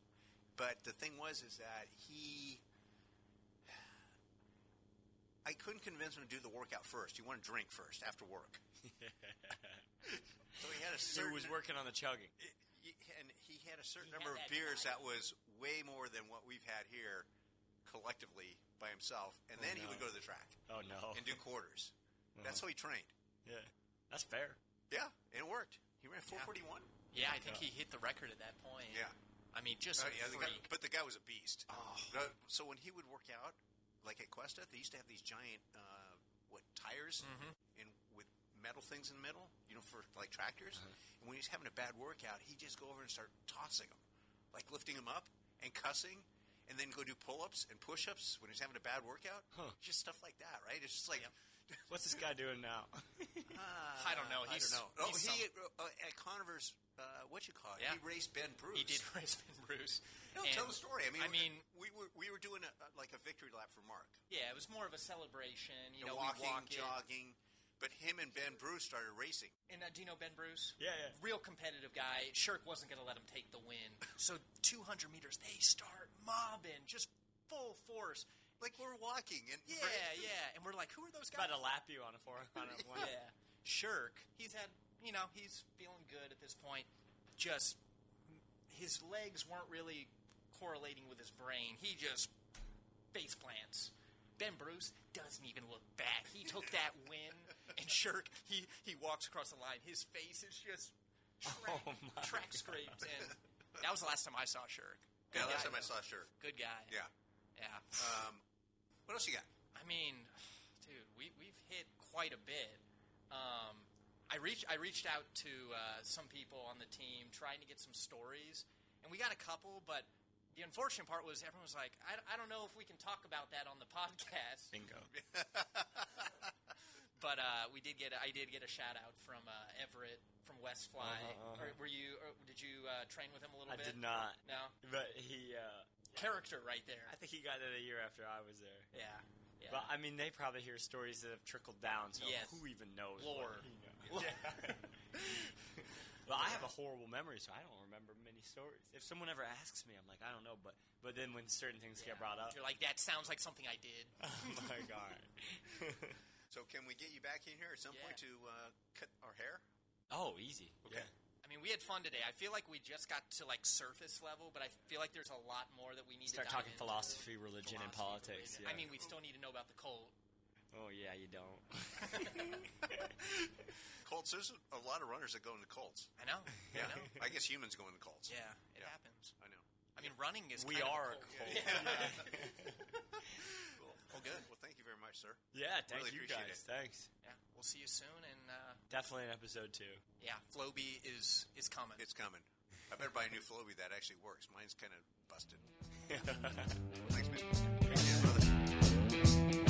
A: But the thing was, is that he, I couldn't convince him to do the workout first. He wanted to drink first after work. so he had a certain
C: who was working on the chugging.
A: y- and he had a certain
B: He had
A: number of
B: that
A: beers
B: vibe.
A: that was way more than what we've had here collectively by himself, and then he
C: no.
A: would go to the track
C: Oh no.
A: and do quarters. That's how he trained.
C: yeah. That's fair.
A: Yeah, and it worked. He ran 441.
B: Yeah, I think he hit the record at that point.
A: Yeah.
B: I mean, just
A: Oh,
B: a
A: yeah, the guy,
B: freak.
A: but the guy was a beast.
B: Oh.
A: Uh, so when he would work out, like at Cuesta, they used to have these giant uh, what tires
B: Mm-hmm.
A: and with metal things in the middle, you know, for like tractors.
B: Uh-huh.
A: And when he was having a bad workout, he'd just go over and start tossing them, like lifting them up and cussing. And then go do pull-ups and push-ups when he's having a bad workout.
C: Huh.
A: Just stuff like that, right? It's just like,
C: What's this guy doing now?
A: ah,
B: I don't know. He's-
A: I don't know. Oh,
B: he's
A: he uh, at Converse, uh, what you call it?
B: Yeah.
A: He raced Ben Bruce.
B: he did raise Ben Bruce.
A: No,
B: and
A: tell the story. I mean,
B: I mean,
A: we were we were doing a, like a victory lap for Mark,
B: yeah, it was more of a celebration.
A: You
B: You
A: know,
B: know,
A: walking,
B: we walk in.
A: jogging, but him and Ben Bruce started racing.
B: And uh, do you know Ben Bruce?
C: Yeah, yeah.
B: Real competitive guy. Shirk wasn't going to let him take the win. So 200 meters, they start mobbing, just full force.
A: Like we're walking, and
B: Yeah, yeah. And we're like, who are those guys?
C: About to lap you on a four on a one.
B: yeah. Shirk, he's had, you know, he's feeling good at this point. Just his legs weren't really correlating with his brain. He just face plants. Ben Bruce doesn't even look back. He took that win, and Shirk, he, he walks across the line. His face is just track,
C: Oh my
B: track
C: God.
B: scrapes in. That was the last time I saw Shirk.
A: Yeah,
B: Good
A: last
B: guy,
A: time I
B: though.
A: saw sure.
B: Good guy.
A: Yeah.
B: Yeah.
A: Um, what else you got?
B: I mean, dude, we we've hit quite a bit. Um, I reached I reached out to uh, some people on the team trying to get some stories, and we got a couple. But the unfortunate part was everyone was like, I, I don't know if we can talk about that on the podcast.
C: Bingo.
B: But uh, we did get I did get a shout out from uh, Everett from West Fly.
C: Uh-huh, uh-huh.
B: Or were you? Or did you uh, train with him a little
C: I
B: bit?
C: did not.
B: No
C: But he, uh,
B: character right there.
C: I think he got it a year after I was there.
B: yeah. Yeah.
C: But I mean, they probably hear stories that have trickled down, so
B: Yes.
C: who even knows?
B: Lore.
C: What he knows. well, I have a horrible memory, so I don't remember many stories. If someone ever asks me, I'm like, I don't know. But but then when certain things
B: Yeah.
C: get brought up,
B: You're like that sounds like something I did.
C: oh my god.
A: So can we get you back in here at some
B: Yeah.
A: point to uh, cut our hair?
C: oh, easy.
A: Okay.
B: I mean, we had fun today. I feel like we just got to like surface level, but I feel like there's a lot more that we need
C: Start
B: to dive
C: talking
B: into.
C: philosophy, religion, and
B: Philosophy,
C: politics.
B: religion.
C: Yeah.
B: I mean, we still need to know about the cult.
C: oh yeah, you don't.
A: Colts. There's a lot of runners that go into Colts.
B: I know. I know.
A: I guess humans go into Colts.
B: Yeah, it
A: Yeah.
B: happens.
A: I know.
B: I mean, running is.
C: we
B: kind of
C: are a
B: a
C: cult.
B: Yeah.
A: Cool. Well, good. Well, thank you very much, sir.
C: Yeah, thank
A: Really
C: you
A: appreciate
C: guys.
A: it.
C: Thanks.
B: Yeah. We'll see you soon, and uh,
C: Definitely an episode two.
B: yeah, Floby is is coming.
A: It's coming. I better buy a new Flowbee that actually works. Mine's kind of busted.
C: yeah,
A: Thanks, man. Appreciate it, brother.